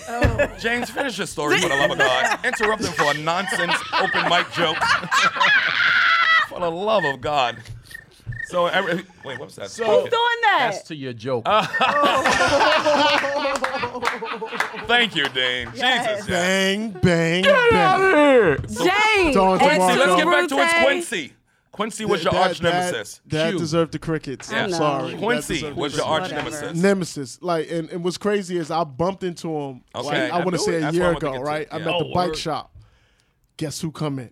D: James, finish your story for the love of God. Interrupting for a nonsense open mic joke. for the love of God. So, every, wait, what's that?
E: Who's doing that?
F: That's to your joke.
D: Uh, Thank you, Dane. Jesus. yeah.
G: Bang, bang, bang.
E: James.
G: Don't
E: and
G: tomorrow.
D: Quincy, let's
G: Marco.
D: get back to it's
E: Durante.
D: Quincy. Quincy was your
G: That-
D: arch nemesis.
G: That, that
F: Q.
G: deserved the crickets.
E: I
G: I'm
E: know.
G: sorry. That
D: Quincy
G: deserved the
D: was your
G: crickets.
D: arch
E: Whatever.
D: nemesis.
G: nemesis. Like, and, and what's crazy is I bumped into him.
D: Okay,
G: like, I
D: I
G: want to
D: knew
G: say
D: it.
G: a
D: That's what I
G: year
D: wanted to
G: ago,
D: get to.
G: right? I'm
D: Yeah.
G: at the
F: Oh,
G: bike
F: word.
G: shop. Guess who come in?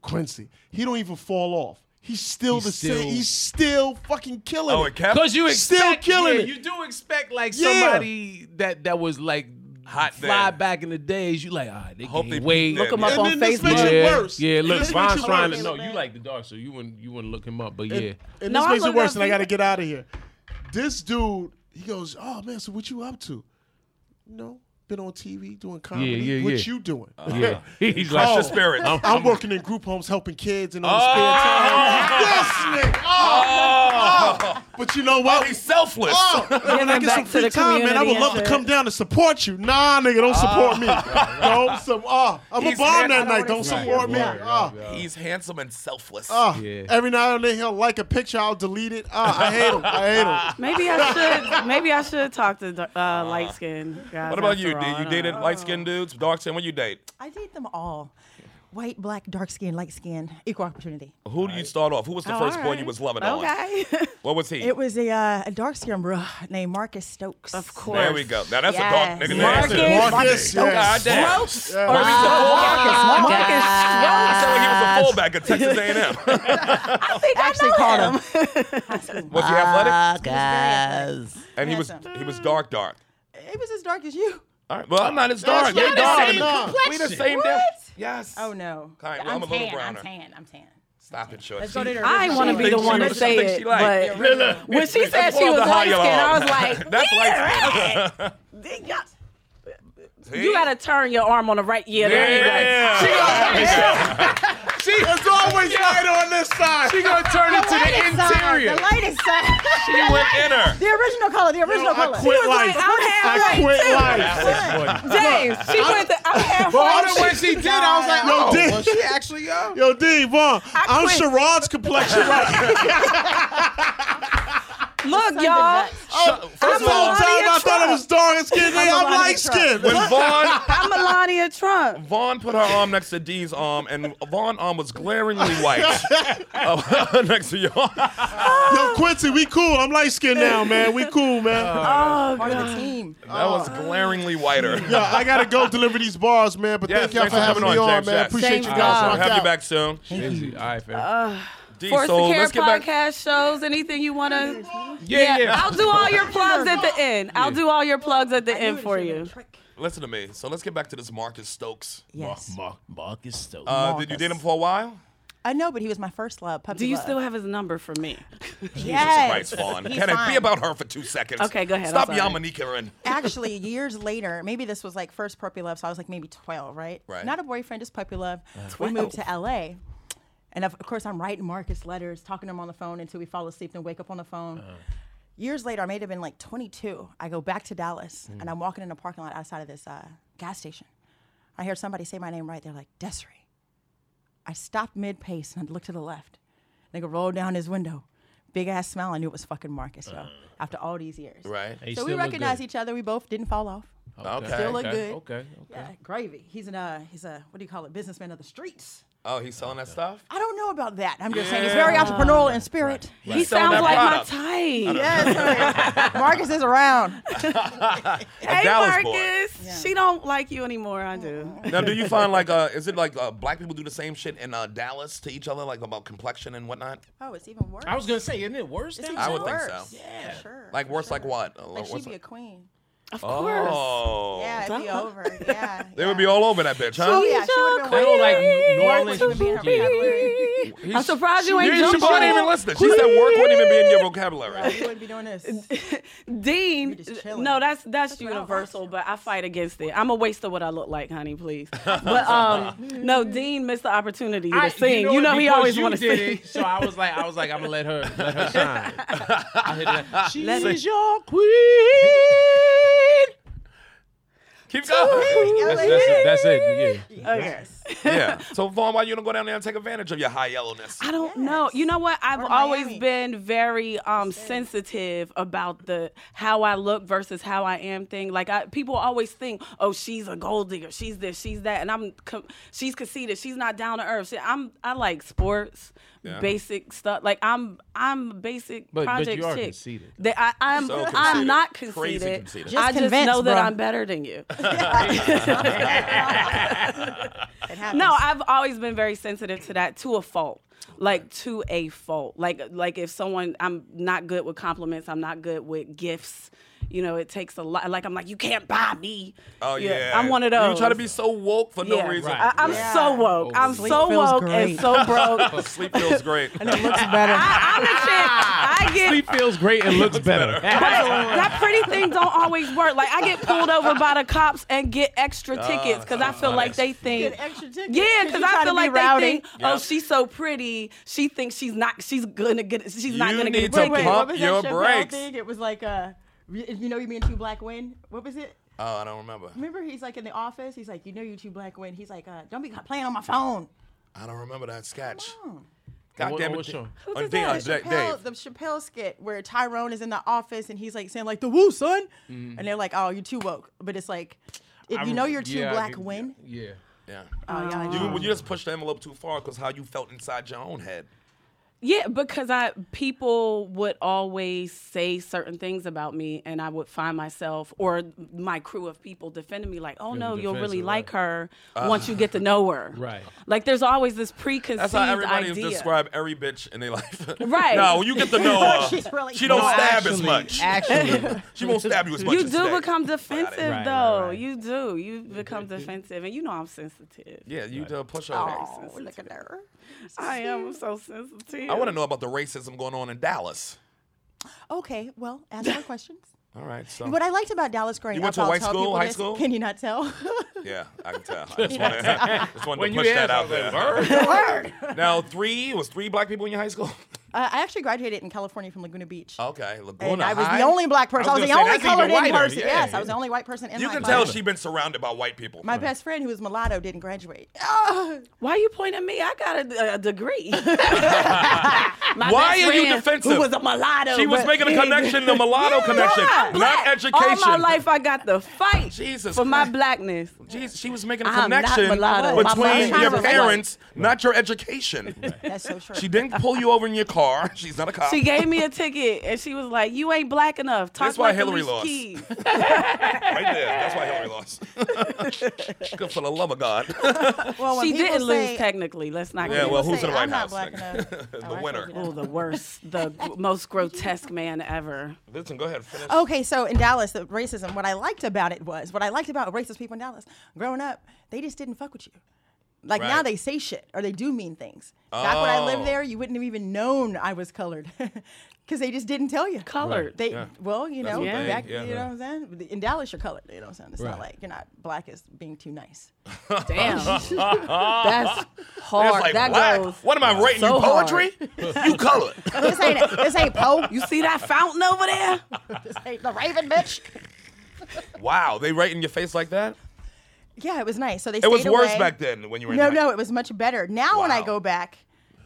G: Quincy. He don't even fall off. He's still
F: He's
G: the same.
F: still-
G: He's still fucking killing
D: Oh,
G: it.
D: it kept
F: Cause you
G: Still
F: expect,
G: killing
F: yeah,
G: it.
F: You do expect like
G: Yeah.
F: somebody that that was like
D: Hot
F: fly
D: then.
F: back in the days. You like, ah, they
D: Hope
F: can't
D: they
F: wait.
D: peep Look
E: Look him
D: Yeah.
E: up
G: and
E: on
G: then this makes
E: Facebook.
G: it
F: yeah,
G: worse.
F: yeah. Look,
G: this
F: Ron's
G: makes it
F: trying to
G: worse.
F: know. You like the dark, so you wouldn't you wouldn't look him up. But yeah,
G: And
E: No,
G: this
E: I
G: makes it
E: look
G: worse,
E: up
G: and I got to
E: people.
G: get out of here. This dude, he goes, "Oh man, so what you up to? You know, been on TV doing comedy.
F: Yeah, yeah,
G: what
F: yeah.
G: you doing?
F: yeah. He's
D: Bless your
F: like,
D: spirit.
G: I'm working in group homes, helping kids and all the spare time. This nigga.
D: Oh,
G: Oh, but you know what?
D: he's selfless.
G: Oh, when I
E: Giving
G: get some
E: back to
G: free
E: the
G: time, man, I would
E: community
G: love to
E: and shit.
G: come down and support you. Nah, nigga, don't support me. Don't some. Ah, I'm a
D: He's
G: bomb
D: handsome. I
G: that
D: don't
G: night. Don't
D: wanna
F: support
G: support
F: you.
G: me.
F: Right,
G: Ah.
D: He's handsome and selfless.
G: Ah,
F: Yeah.
G: every now and then he'll like a picture, I'll delete it. Ah, I hate him. I hate him.
E: Maybe I should. Maybe I should talk to uh, light skin guys.
D: what about you?
E: after all.
D: Did
E: I
D: you
E: don't
D: dated
E: know.
D: light skinned dudes, dark skin? What you date?
H: I date them all. White, black, dark skin, light skin, equal opportunity.
D: Who do you start off? Who was the
E: Oh,
D: first
E: all
D: boy you
E: right.
D: was loving on?
E: Okay.
D: What was he?
H: It was a, uh, a dark skin bro named Marcus Stokes.
E: of course.
D: there we go. Now that's
H: Yes.
D: a dark nigga
E: Marcus.
D: name.
G: Marcus,
D: God
G: yes.
D: damn.
E: Strokes.
G: Yeah.
E: Or Marcus. Marcus.
D: I sound like he was
E: Strokes.
D: a fullback at Texas A&M.
E: I think
H: Actually
E: I know
H: called
E: him.
H: him.
D: was he athletic?
H: Guys.
D: And he was he was dark, dark.
H: It was as dark as you.
D: All right. Well, I'm not as dark. You're
G: not the
D: dark.
G: same
D: We the same damn.
H: What?
D: Yes.
H: Oh no.
D: All right, well, I'm a little browner.
H: I'm tan.
D: Stop it, short.
H: Let's go to the
E: I didn't want to be the
D: Think she
E: one to
D: was-
E: say
D: think she
E: it,
D: lied.
E: but when she said she was light skinned, I was like,
D: That's light skin.
E: "Dang, y'all- you gotta turn your arm on the right. Yeah, there you go.
D: Yeah.
G: It's always right on this side.
F: she gonna turn into the
H: lightest side,
F: interior.
H: uh, The lightest side.
D: She went in her.
H: The original color. The original
G: I
H: color.
G: quit
E: was like,
G: life.
E: I'm
G: I
E: halfway
G: quit
E: too.
G: life.
E: James, she went to. I'm halfway.
F: when she did, I was like,
G: Yo,
F: oh,
G: Dick.
F: well, she actually uh,
G: Yo, Devon, I'm
E: quit.
G: Sherrod's complexion right.
E: Look, y'all,
G: This
E: I'm
G: whole
E: Melania
G: time I thought it
E: Trump.
G: was dark skinned.
H: I'm
G: I'm
H: Melania
G: light skinned.
D: When Vaughn
E: I'm Melania Trump.
D: Vaughn put her arm next to Dee's arm, and Vaughn's arm was glaringly white Uh, next to your arm.
G: Yo, Quincy, we cool. I'm light skinned now, man. We cool, man.
E: Oh,
H: Part
E: God.
H: of the team.
D: That was
G: Oh.
D: glaringly whiter.
G: Yo, I gotta go deliver these bars, man. But thank
D: Yes,
G: uh, y'all
D: thanks
G: for having me on,
D: James.
G: man.
D: Yes.
G: Appreciate you
E: Thank
G: guys. Uh,
E: God.
D: We'll
G: Rock
D: have you
G: out.
D: back soon.
F: All right, fam.
D: D,
E: Force
D: so
E: the Care
D: let's get back.
E: podcast shows. Anything you want to?
F: yeah, yeah.
E: I'll do all your plugs at the end. I'll do all your plugs at the end for you.
D: Listen to me. So let's get back to this Marcus Stokes.
H: Yes.
F: Mark, Marcus Stokes.
D: Uh, did you date him for a while?
H: I know, but he was my first love. Puppy
E: Do you
H: love.
E: still have his number for me?
H: Yes.
D: Right, Vaughn.
H: He's
D: Can it be
H: fine.
D: about her for two seconds?
E: Okay, go ahead. I'm
D: Stop
E: sorry.
D: Yamanika
H: Actually, years later, maybe this was like first puppy love, so I was like maybe 12, right?
D: Right. Uh,
H: Not a boyfriend, just puppy love. we moved to LA. And of, of course, I'm writing Marcus letters, talking to him on the phone until we fall asleep and wake up on the phone.
D: Uh-huh.
H: Years later, I may have been like 22. I go back to Dallas
D: Hmm.
H: and I'm walking in a parking lot outside of this uh, gas station. I hear somebody say my name right. They're like, Desiree. I stopped mid pace and I looked to the left. Nigga rolled down his window. Big ass smile. I knew it was fucking Marcus, yo. after all these years.
D: Uh-huh. Right. And you
H: So we
D: still look
H: recognize
D: good.
H: each other. We both didn't fall off.
D: Okay.
H: Still look
D: Okay.
H: good.
D: Okay, okay.
H: Yeah, gravy. He's an uh, he's a what do you call it? Businessman of the streets.
D: Oh, he's selling that stuff?
H: I don't know about that. I'm just saying he's
D: Yeah.
H: very entrepreneurial in spirit.
D: Right. He He's selling sounds that like my product.
E: type.
H: Yes, honey. Marcus is around.
E: Hey,
D: Dallas boy.
E: Marcus. She don't like you anymore. I do.
D: Now, do you find like, uh, is it like uh, black people do the same shit in uh, Dallas to each other, like about complexion and whatnot?
H: Oh, it's even worse.
F: I was gonna say, isn't it worse?
H: It's
F: than
H: even
D: I would think
H: worse.
D: so.
H: Yeah, for sure.
D: Like worse, like what? Uh,
H: Like she'd
D: worse
H: be a queen.
E: Of
D: Oh.
H: Yeah, it'd be over. Yeah.
D: They would be all over that bitch, huh?
H: Oh yeah, she would have
F: They
H: been
F: don't like New Orleans
H: Marcus would be in her
F: music.
H: vocabulary.
E: I'm surprised you ain't
D: She, she
E: jumped
D: wouldn't even
E: on
D: listen. She said work wouldn't even be in your vocabulary.
H: You wouldn't be doing this.
E: it. Dean.
H: just chilling.
E: No, that's that's,
H: what I don't
E: universal,
H: like.
E: but I fight against it. I'm a waste of what I look like, honey. Please. But um, no, Dean missed the opportunity to
F: I-
E: sing. You know,
F: what?
E: he
F: Because
E: always
F: you
E: want to
F: did
E: sing.
F: It, so I was like, I was like, I'm gonna let her, let her shine. I hit it like, She's
E: Let it-
F: your queen.
D: Keep going.
F: That's, that's it. That's it. Yeah.
E: Okay.
D: yeah. So Vaughn, why you don't go down there and take advantage of your high yellowness?
E: I don't know. You know what? I've
H: Or
E: always
H: Miami.
E: been very um, sensitive about the how I look versus how I am thing. Like I, people always think, oh, she's a gold digger, she's this, she's that, and I'm com- she's conceited, she's not down to earth. She, I'm I like sports, basic stuff. Like I'm I'm a basic
F: But- but you
E: project
F: are
E: chick.
F: conceited.
E: That I, I'm
D: So
E: I'm
D: conceited.
E: not
D: Crazy
E: conceited.
D: conceited.
H: Just
E: I just
H: convinced,
E: know that
H: bruh.
E: I'm better than you.
H: It happens.
E: No, I've always been very sensitive to that to a fault. Like to a fault. Like like if someone I'm not good with compliments, I'm not good with gifts. You know, it takes a lot. Like I'm like, you can't buy me.
D: Oh yeah.
E: I'm one of those.
D: You try to be so woke for no
E: Yeah.
D: reason.
F: Right.
E: I, I'm
H: Yeah.
E: so woke. I'm
H: Oh, Sleep
E: so
H: feels
E: woke and
H: great.
E: so broke. I,
D: Sleep feels great.
H: looks better.
E: I'm a chick. I get
F: Sleep feels great and looks better.
E: that pretty thing don't always work. Like I get pulled over by the cops and get extra tickets
D: Uh,
E: because I feel like they think
H: Get extra tickets
E: Yeah,
H: 'cause
E: because
H: you
E: I
H: tryna
E: feel
H: be
E: like
H: rowdy.
E: they think, oh,
D: Yep.
E: she's so pretty. She thinks she's not. She's gonna get. She's
D: You
E: not gonna
D: need
E: get
D: to
E: a
H: Wait,
E: ticket.
D: Pump
H: what was
D: your
H: that Chappelle
D: brakes.
H: thing? It was like uh, re- you know, you mean two black win. What was it?
D: Oh, I don't remember.
H: Remember, he's like in the office. He's like, you know, you two black win. He's like, uh, don't be playing on my phone.
D: I don't remember that sketch.
H: on.
D: God
F: What-
D: damn
F: what
D: it.
F: show?
D: Oh,
H: What's
D: Dave,
H: that?
D: uh, Jack- Dave.
H: Chappelle, the Chappelle skit where Tyrone is in the office and he's like saying like the woo son,
D: Mm-hmm.
H: and they're like, oh, you're too woke. But it's like, if you know you're too
F: Yeah, I
H: black,
F: can-
H: win.
F: Yeah.
D: Yeah.
H: Oh, yeah, I
D: You,
H: know.
D: you just pushed the envelope too far because how you felt inside your own head.
E: Yeah, because I people would always say certain things about me, and I would find myself or my crew of people defending me, like, "Oh no, you'll really
F: defensive,
E: like her
D: Uh.
E: once you get to know her."
F: Right.
E: Like, there's always this preconceived
D: That's how everybody
E: idea.
D: describe every bitch in their life.
E: Right.
D: no, when you get to know her,
H: She's really-
D: she don't
H: No,
D: stab as
F: Actually-
D: much.
F: Actually,
D: she won't stab you as much.
E: You
D: as
E: do
D: today.
E: become defensive,
F: right,
E: though.
F: right.
E: You do. You become defensive, and you know I'm sensitive.
D: Yeah, you do push her.
H: Oh, look at her.
E: I am. I'm so sensitive.
D: I want to know about the racism going on in Dallas.
H: Okay, well, ask more questions.
D: All right, so
H: What I liked about Dallas growing
D: You
H: up,
D: went to
H: I'll
D: white
H: tell
D: school,
H: people
D: high
H: this.
D: school?
H: Can you not tell?
D: yeah, I can tell. I just wanted, just wanted
F: when
D: to
F: you
D: push that out
F: asked,
D: there.
F: I was like, "Bird?"
D: Now, three was three black people in your high school.
H: Uh, I actually graduated in California from Laguna Beach.
D: Okay, Laguna.
H: and I was
D: High?
H: the only black person. I
D: gonna
H: was, the
D: say,
H: only
D: that's even
H: colored
D: whiter,
H: in person.
D: yeah.
H: yes, I was the only white person in
D: You
H: my
D: can
H: class.
D: tell she been surrounded by white people.
H: My best friend, who was mulatto, didn't graduate. Ah,
E: Why you pointing at me? I got a, a degree. My
D: Why
E: best
D: are you
E: friend,
D: defensive?
E: Who was a mulatto?
D: she was
E: but-
D: making a connection, the mulatto connection,
E: I'm
D: not
E: black.
D: education.
E: All my life, I got to fight
D: Jesus
E: for my
D: Christ.
E: blackness.
D: Jeez, she was making a
E: I'm not
D: connection
E: mulatto.
H: My mother's
D: between
H: trying
D: your
H: to relate.
D: parents, not your education.
H: that's so true.
D: She didn't pull you over in your car. She's not a cop.
E: She gave me a ticket, and she was like, "You ain't black enough." Talk
D: That's why
E: like
D: Hillary
E: Alicia
D: lost.
E: Keys."
D: right there. That's why Hillary lost. Good for the love of God.
H: well, when
E: She
H: people
E: didn't
H: say-
E: lose technically. Let's not.
D: Yeah,
E: get
D: well,
H: people
D: who's
H: say,
D: in the White
H: I'm not
D: House
H: black
D: then?"
H: enough.
D: The
H: Oh, I
D: winner.
H: figured it
E: Oh,
H: out.
E: the worst, the most grotesque man ever.
D: Listen, go ahead. Finish.
H: Okay, so in Dallas, the racism. What I liked about it was what I liked about racist people in Dallas. Growing up, they just didn't fuck with you. Like now
D: Right.
H: they say shit or they do mean things. Back when I
D: Oh.
H: lived there, you wouldn't have even known I was colored because they just didn't tell you.
E: Colored.
H: They well, you know,
D: what
E: they-
H: back,
D: yeah.
H: you know what I'm saying. In Dallas, you're colored. You know what I'm saying. It's not
F: Right.
H: like you're not black as being too nice.
E: Damn. That's
D: It's
E: hard.
D: like
E: that
D: black.
E: goes.
D: What am I writing?
E: so
D: you poetry? you color.
H: this ain't this ain't Poe. You
E: You see that fountain over there?
H: this ain't the Raven bitch.
D: Wow, they write in your face like that?
H: Yeah, it was nice. So they
D: It was
H: stayed
D: worse
H: away.
D: back then when you were in
H: No,
D: high-
H: no, it was much better. Now when I
D: Wow.
H: go back,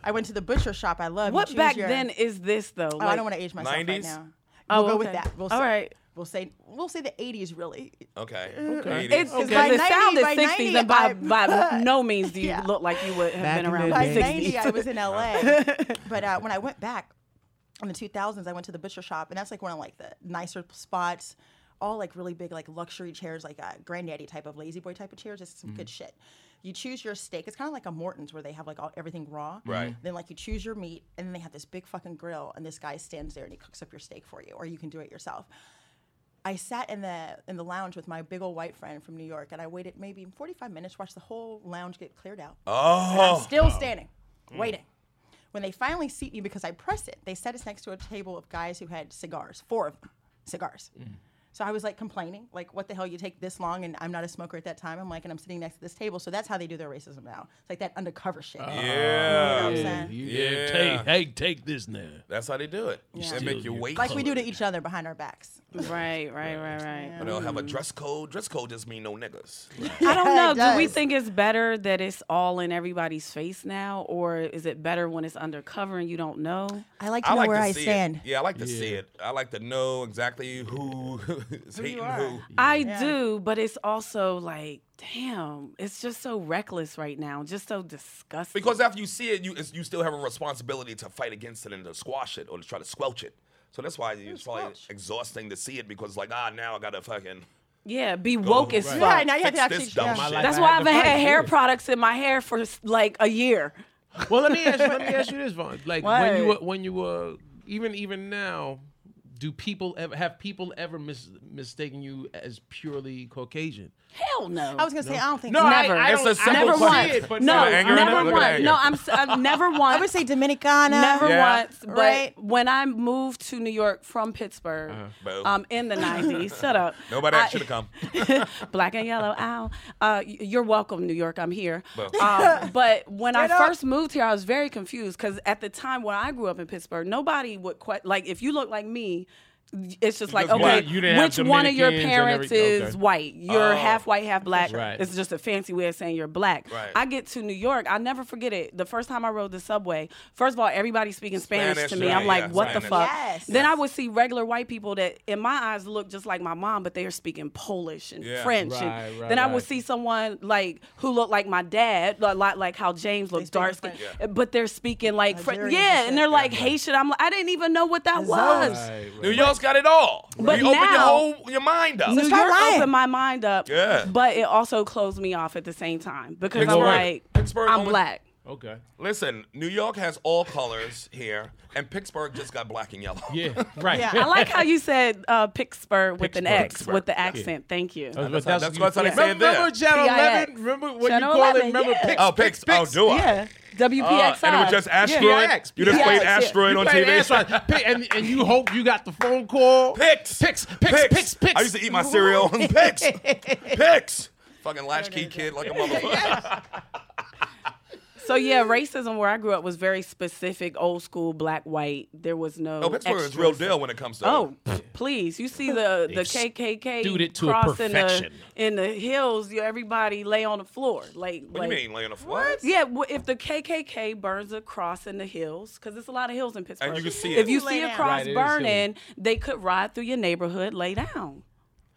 H: I went to the butcher shop. I love. you
E: What
H: choose
E: back
H: your-
E: then is this though?
H: Oh, I don't want to age myself
D: 90s?
H: right now. We'll
E: Oh,
H: go with
E: okay.
H: that. We'll
E: All
H: say,
E: right.
H: We'll say we'll say the 80s really.
D: Okay.
E: Okay.
D: 80s.
E: It's,
H: 'Cause
E: okay.
H: by
E: it
H: 90,
E: sounded
H: by
E: 60s,
H: 90,
E: and by,
H: I-
E: by no means do you
H: Yeah.
E: look like you would have
I: Back
E: been
I: in
E: around
I: the
E: by
H: By
I: day.
E: 60s.
H: 90, I was in LA. but uh, when I went back in the 2000s, I went to the butcher shop, and that's like one of like the nicer spots. All like really big, like luxury chairs, like a granddaddy type of lazy boy type of chairs. It's some good shit. You choose your steak. It's kind of like a Morton's where they have like all everything raw.
D: Right.
H: Then like you choose your meat, and then they have this big fucking grill, and this guy stands there and he cooks up your steak for you, or you can do it yourself. I sat in the in the lounge with my big old white friend from New York, and I waited maybe 45 minutes, watched the whole lounge get cleared out. And I'm
D: Oh.
H: still standing, waiting. When they finally seat me because I press it, they set us next to a table of guys who had cigars, four of them, cigars. So I was like complaining, like, what the hell, you take this long, and I'm not a smoker at that time. I'm like, and I'm sitting next to this table. So that's how they do their racism now. It's like that undercover shit.
E: Oh,
D: Yeah.
H: You know what I'm saying?
F: Oh, You
D: Yeah.
F: Take, hey, take this now.
D: That's how they do it. They make you wait.
H: Like we do to each other behind our backs.
E: Right, right, right, right.
D: But they'll have a dress code. Dress code just mean no niggas.
E: I don't know.
H: it
E: Do we
H: does.
E: think it's better that it's all in everybody's face now, or is it better when it's undercover and you don't know?
H: I like to
D: I
H: know
D: like
H: where
D: to
H: I
D: see
H: stand.
D: It. Yeah, I like to see it. I like to know exactly who is hating who.
E: I do, but it's also like, damn, it's just so reckless right now, just so disgusting.
D: Because after you see it, you it's, you still have a responsibility to fight against it and to squash it or to try to squelch it. So that's why it's probably exhausting to see it because like ah now I gotta fucking
E: yeah, be woke as fuck.
H: Yeah, now you
D: fix
H: have to actually.
D: this dumb
H: yeah.
D: shit.
F: life.
E: That's
F: I
E: why
F: had
E: I've
F: to
E: had
F: fight
E: hair
F: it.
E: products in my hair for like a year.
F: Well, let me ask you. Let me ask you this, Vaughn. Like when you were,
E: What?
F: when you were even even now, do people ever have people ever mis- mistaken you as purely Caucasian?
E: Hell no.
H: I was going to say, I don't think
F: No,
H: so.
F: I-
E: Never.
F: I,
D: It's
F: don't,
D: a simple
F: I
E: never
F: don't see
D: question.
E: once.
F: it, but
E: no,
D: Look at anger in it,
E: never
D: look at
E: once.
D: anger.
E: No, I'm s- uh, never once.
H: I would say Dominicana.
E: Never
D: Yeah.
E: once, but
H: Right.
E: when I moved to New York from Pittsburgh,
D: Boo.
E: um, in the '90s, shut up.
D: Uh-huh. Nobody
E: I-
D: else should have come.
E: Black and yellow, ow. Uh, y- you're welcome, New York. I'm here. Um, but when I first moved here, I was very confused because at the time when I grew up in Pittsburgh, nobody would que- like if you look like me. It's just like
D: just
E: okay,
D: black.
F: You didn't have
E: which one of your
F: Dominicans and every-
E: parents is
F: okay.
E: white? You're
D: Oh.
E: half white, half black.
F: Right.
E: It's just a fancy way of saying you're black.
D: Right.
E: I get to New York, I never forget it. The first time I rode the subway, first of all, everybody speaking Spanish,
D: Spanish,
E: to me.
D: right,
E: I'm like,
D: yeah,
E: what the
D: Spanish.
E: fuck?
H: Yes.
E: Then I would see regular white people that, in my eyes, look just like my mom, but they are speaking Polish and
D: Yeah.
E: French.
F: Right,
E: and
F: right,
E: then I would
F: right.
E: see someone like who looked like my dad, a lot like how James looked,
H: speak
E: dark skin,
H: French.
E: but they're speaking like French.
H: Nigerian
E: Yeah,
H: and
E: and they're
H: shit.
E: like Haitian. I'm like, I didn't even know what that was.
D: New York's got it all.
E: But
D: you open your
E: now-
D: whole your mind up.
E: New
H: stop
E: York
H: lying.
E: opened my mind up,
D: Yeah.
E: but it also closed me off at the same time because I'm
D: Pittsburgh-
E: like,
D: Pittsburgh
E: I'm
D: only-
E: black.
F: Okay.
D: Listen, New York has all colors here, and Pittsburgh just got black and yellow.
F: Yeah. Right.
H: Yeah.
E: I like how you said uh, Pittsburgh with an
F: Pittsburgh.
E: X with the accent. Thank you.
F: But
D: That's,
F: that's-
D: that's, that's how they say it
F: Remember,
D: there.
F: remember Channel
E: PIX.
F: Eleven? Remember when
E: Channel
F: you call
E: 11,
F: it? Remember
E: yeah.
F: Pix?
D: oh, Pix. Oh, do I?
E: Yeah,
D: Uh,
E: WPXI.
D: and it was just asteroid.
F: PIX.
D: You just played
E: yeah.
D: asteroid
F: You
D: on
F: played
D: TV.
F: Asteroid. Pi- and, and you hope you got the phone call.
D: Picks.
F: Picks. Picks. Picks. Picks.
D: I used to eat my cereal on picks. picks. Fucking latchkey kid like a motherfucker.
E: So yeah, racism where I grew up was very specific, old school, black, white. There was no.
D: No, Oh, Pittsburgh is
E: extras.
D: real deal when it comes to.
E: Oh, pff, please! You see the the KKK
F: stewed it to a
E: cross in the
F: perfection.
E: in the hills. You everybody lay on the floor. Like
D: What
E: like,
D: do you mean, laying the floor?
E: Yeah, well, if the KKK burns a cross in the hills, because it's a lot of hills in Pittsburgh,
D: you can see
E: If
D: it.
E: you
H: Lay
E: see a
H: down.
E: cross
F: Right, it is
E: burning, they could ride through your neighborhood, lay down,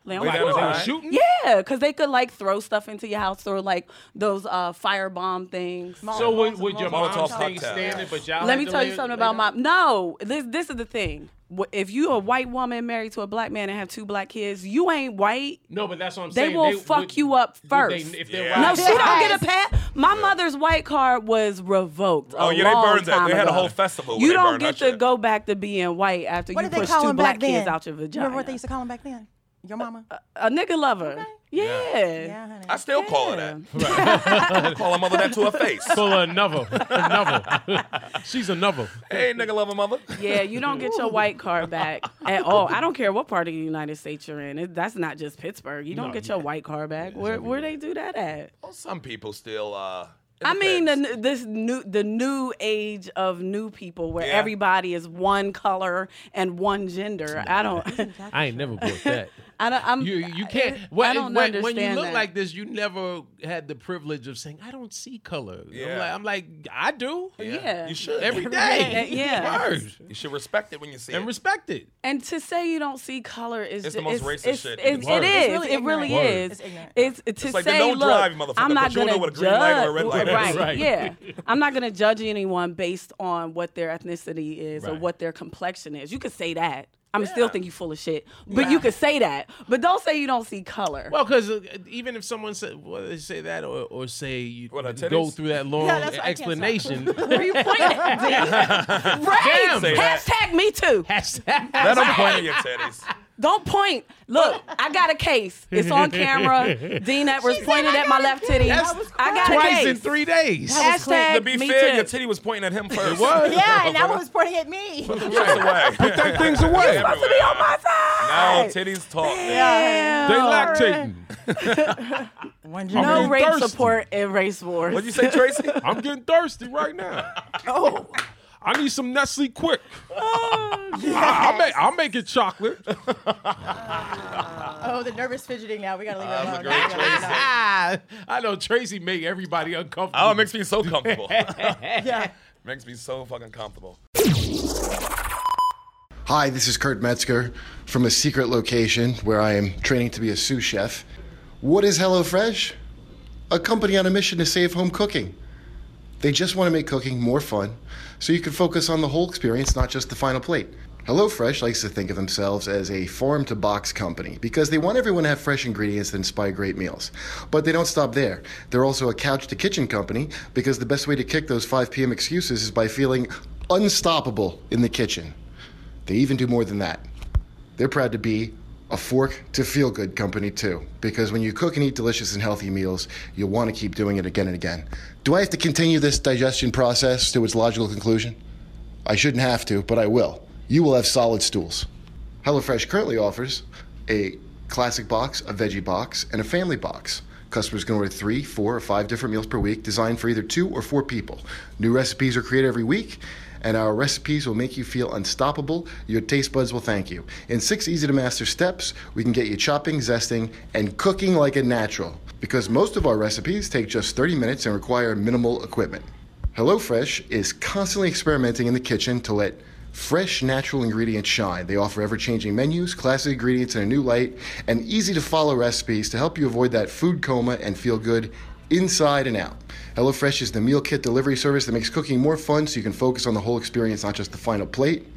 E: lay on
D: Lay
E: the
D: down
E: floor.
D: and die?
F: Shooting.
E: Yeah, because they could like throw stuff into your house or like those uh, firebomb things.
F: So would, would your
D: Molotov
F: mom stay
D: cocktail.
F: standing? But y'all
E: Let
F: had
E: me
F: to
E: tell you
F: lay-
E: something
F: lay
E: about my.
F: down?
E: No, this this is the thing. Wh- If you a white woman married to a black man and have two black kids, you ain't white.
F: No, but that's what I'm
E: They
F: saying.
E: will fuck you up
F: would
E: first.
F: They, if they're
D: Yeah.
E: No,
F: white-
E: she don't get
H: Yes.
E: a pass. My mother's white card was revoked.
D: Oh,
E: a
D: yeah, they
E: long
D: burned that.
E: time
D: They had a
E: ago.
D: whole festival
E: You
D: where they
E: don't
D: burned
E: get
D: that
E: to
D: shit.
E: go back to being white after
H: What
E: you
H: did they
E: push
H: call
E: two
H: them back
E: black
H: then?
E: kids out your vagina.
H: Remember what they used to call them back then? Your mama.
E: a nigga lover. Yeah.
H: yeah, honey.
D: Uh, I still call her that. I call her mother that to her face.
F: Call her another. Another. She's another.
D: hey, nigga, love her mother.
E: Yeah, you don't get your white card back at all. I don't care what part of the United States you're in. It, that's not just Pittsburgh. You don't get your white card back. Where where they do that at?
D: Well, Oh, some people still. uh it
E: I mean, the,
D: depends.
E: n- this new the new age of new people where
D: Yeah.
E: everybody is one color and one gender. I don't.
F: I ain't never bought that.
E: I don't. I'm,
F: You you can't.
E: I
F: when-
E: don't
F: when, when you
E: understand
F: look
E: that.
F: like this, you never had the privilege of saying, "I don't see color."
D: Yeah.
F: I'm, like, I'm like, I do
E: Yeah.
D: You should.
F: every day.
E: Yeah.
F: Word.
D: You should respect it when you see
F: and
D: it.
F: respect it.
E: And to say you don't see color is
D: It's
E: just,
D: the most racist
E: it's,
D: shit in
E: It's,
D: the
E: it
D: world.
E: is.
D: It's
H: really
E: it really
H: ignorant.
E: is.
H: It's ignorant.
E: It's, to
D: It's like the
E: say,
D: don't
E: look,
D: drive, motherfucker,
E: I'm
D: but
E: not
D: you don't
E: gonna
D: know what a green
E: judge,
D: light or a red light is.
E: right,
F: Right.
E: Yeah, I'm not gonna judge anyone based on what their ethnicity is or
F: Right.
E: what their complexion is. You could say that. I'm still think you full of shit, but you could say that. But don't say you don't see color.
F: Well, because even if someone said, well, they say that or, or say you
D: What, her
F: go
D: titties?
F: through that long
H: Yeah, that's- I can't stop.
F: explanation.
E: Where you pointing at, D? right?
D: Say that.
E: Hashtag me too.
D: Let them point at your titties.
E: Don't point. Look, I got a case. It's on camera. Dean Edwards
H: She said,
E: pointed
H: "I
E: at my
H: got a
E: left
H: case."
E: titty.
H: That was
E: I got a
F: Twice
E: case.
F: in three days.
E: Hashtag
D: To be
E: me
D: fair,
E: too.
D: your titty was pointing at him first.
F: was.
H: Yeah, and that one was pointing at me.
D: Right away.
G: Take things away.
E: supposed to be on my
D: Now
E: side.
D: titties talk.
E: Damn.
G: They lactating.
H: One
E: No
G: I'm
E: rape
G: thirsty.
E: support in race wars.
D: What'd you say, Tracy?
G: I'm getting thirsty right now.
H: Oh,
G: I need some Nestle quick. I, will make, I'll make it chocolate.
H: oh, the nervous fidgeting now. We gotta leave
D: That was
H: it
D: a great
H: alone.
D: choice.
F: Ah, I know Tracy make everybody uncomfortable.
D: Oh, it makes me so comfortable.
H: Yeah.
D: makes me so fucking comfortable.
I: Hi, this is Kurt Metzger from a secret location where I am training to be a sous chef. What is HelloFresh? A company on a mission to save home cooking. They just want to make cooking more fun so you can focus on the whole experience, not just the final plate. HelloFresh likes to think of themselves as a farm to box company because they want everyone to have fresh ingredients that inspire great meals. But they don't stop there. They're also a couch to kitchen company because the best way to kick those 5 p.m. excuses is by feeling unstoppable in the kitchen. They even do more than that. They're proud to be a fork to feel good company too, because when you cook and eat delicious and healthy meals, you'll want to keep doing it again and again. Do I have to continue this digestion process to its logical conclusion? I shouldn't have to, but I will. You will have solid stools. HelloFresh currently offers a classic box, a veggie box, and a family box. Customers can order three, four, or five different meals per week designed for either two or four people. New recipes are created every week, and our recipes will make you feel unstoppable. Your taste buds will thank you. In six easy to master steps, we can get you chopping, zesting, and cooking like a natural. Because most of our recipes take just 30 minutes and require minimal equipment. HelloFresh is constantly experimenting in the kitchen to let fresh, natural ingredients shine. They offer ever changing menus, classic ingredients in a new light, and easy to follow recipes to help you avoid that food coma and feel good inside and out. HelloFresh is the meal kit delivery service that makes cooking more fun so you can focus on the whole experience, not just the final plate.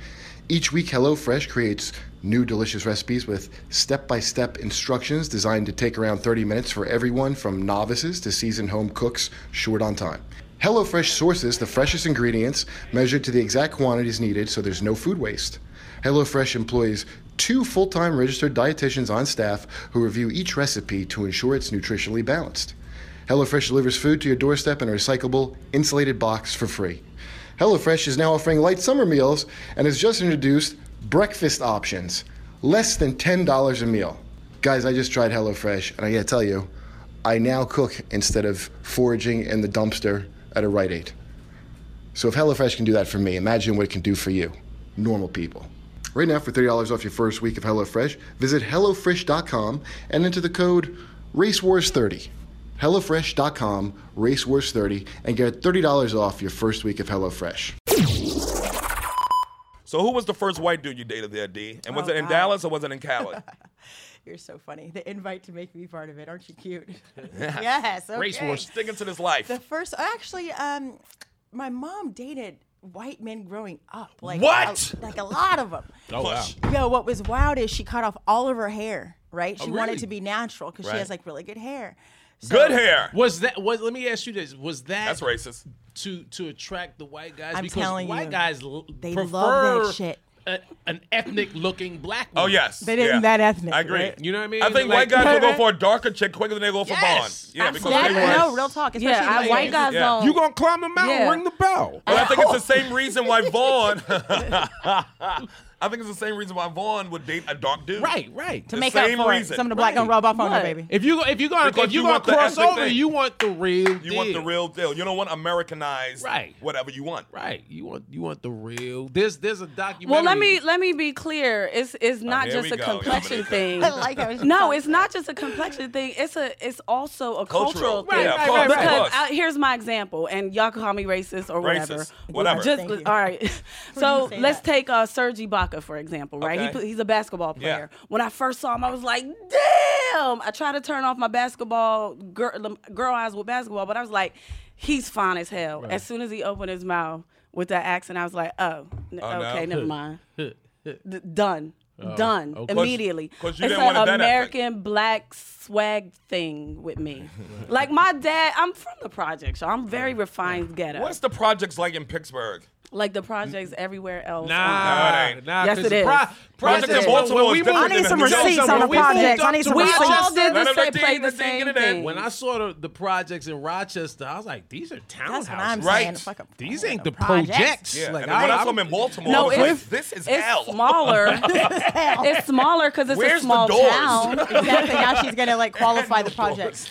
I: Each week, HelloFresh creates new delicious recipes with step by step instructions designed to take around 30 minutes for everyone from novices to seasoned home cooks short on time. HelloFresh sources the freshest ingredients measured to the exact quantities needed so there's no food waste. HelloFresh employs two full time registered dietitians on staff who review each recipe to ensure it's nutritionally balanced. HelloFresh delivers food to your doorstep in a recyclable, insulated box for free. HelloFresh is now offering light summer meals and has just introduced breakfast options, less than $10 a meal. Guys, I just tried HelloFresh, and I gotta tell you, I now cook instead of foraging in the dumpster at a Rite Aid. So if HelloFresh can do that for me, imagine what it can do for you, normal people. Right now, for $30 off your first week of HelloFresh, visit HelloFresh.com and enter the code RACEWARS30. HelloFresh.com, RACEWARS30, and get $30 off your first week of HelloFresh.
D: So who was the first white dude you dated there, D? And was
H: Oh,
D: it in
H: God.
D: Dallas or was it in Cali?
H: You're so funny. The invite to make me part of it. Aren't you cute? yes. Okay.
D: Race war, sticking to this life.
H: The first, actually, um, my mom dated white men growing up. Like
D: What?
H: a- like a lot of them.
F: Oh, wow.
H: Yo, what was wild is she cut off all of her hair. Right? She
F: really?
H: wanted to be natural because she
D: Oh, Right.
H: has like really good hair. So-
D: Good hair.
F: Was that? Was let me ask you this: Was that
D: That's racist.
F: to to attract the white guys?
H: I'm
F: because
H: telling
F: white
H: you,
F: guys l-
H: they love
F: prefer
H: that shit.
F: a- an ethnic looking black.
D: Oh
F: woman.
D: yes.
H: That isn't
D: yeah.
H: that ethnic,
D: I agree.
H: right?
F: You know what I mean?
D: I think white
F: Like-
D: guys will go
H: Right.
D: for a darker chick quicker than they go for
F: Yes.
D: blonde. Yeah, because
H: Absolutely.
D: they
H: No,
D: want.
H: real talk. Especially
E: yeah, I,
H: like-
E: white guys
D: Yeah.
E: don't.
G: You gonna climb the mountain,
E: Yeah.
G: ring the bell.
D: But I think it's the same reason why Vaughn I think it's the same reason why Vaughn would date a dark dude.
F: Right, right.
H: To make up for it, some of the black gonna rub off on her, baby.
F: If you if you gonna
D: Because
F: if you,
D: you
F: gonna
D: want the
F: cross
D: ethnic
F: over,
D: thing.
F: you want the real.
D: You want the real deal. You don't want Americanized
F: Right.
D: whatever you want.
F: Right. You want you want the real. This there's a documentary.
E: Well, let me let me be clear. It's it's not
D: Oh, here
E: just
D: we
E: a
D: go.
E: complexion
D: Y'all
E: thing.
H: I like how she
E: No,
H: talks.
E: it's not just a complexion thing. It's a it's also a
D: Cultural.
E: cultural,
D: Right,
E: thing.
D: Yeah, right, right,
E: because
D: right.
E: uh, here's my example, and y'all can call me racist or whatever.
D: Racist. Whatever.
E: Just
H: Thank you.
E: all right. so
H: say
E: let's
H: that.
E: take uh, Serge Ibaka for example, right? He
D: Okay.
E: put- he's a basketball
D: Yeah.
E: player. When I first saw him, I was like, damn! I tried to turn off my basketball girl, girl eyes with basketball, but I was like, he's fine as hell. As soon as he opened his mouth with that accent, I was like, oh, n-
D: Oh, no.
E: okay, never mind. D- done. Done
F: okay. 'Cause-
E: immediately.
D: Oh, 'cause you
E: it's
D: didn't want it
E: an
D: that
E: American black swag thing with me. like my dad, I'm from the projects, so I'm very refined ghetto.
D: What's the projects like in Pittsburgh?
E: like the projects everywhere else.
F: Nah,
D: No, it ain't.
F: nah.
E: Yes,
F: 'cause
E: it is.
F: pro-
E: Yes,
F: projects
D: it
F: in
D: is.
F: Baltimore
D: Baltimore
F: is
D: is
F: different
D: I need
F: than
D: some
F: New York.
D: receipts on the
F: When we moved
H: projects. I
F: up
H: need
F: to
H: some
E: We all
F: Rochester-
E: did
D: Let
E: the
D: him
E: same,
D: redeem,
E: play the
D: redeem, get
E: same
D: it in.
E: thing.
F: When I saw the, the projects in Rochester, I was like, these are townhouses.
H: That's what I'm
D: Right.
H: saying. Fuck a-
F: These ain't the
H: projects.
F: projects.
D: Yeah.
F: Like,
D: and then when I,
F: I-
D: saw him in Baltimore,
E: No,
D: I was
E: it's-
D: like, this is
E: it's
D: hell.
E: smaller. it's smaller because it's
D: Where's
E: a
D: the
E: small
D: doors?
E: town.
H: exactly. Now she's gonna like qualify the projects.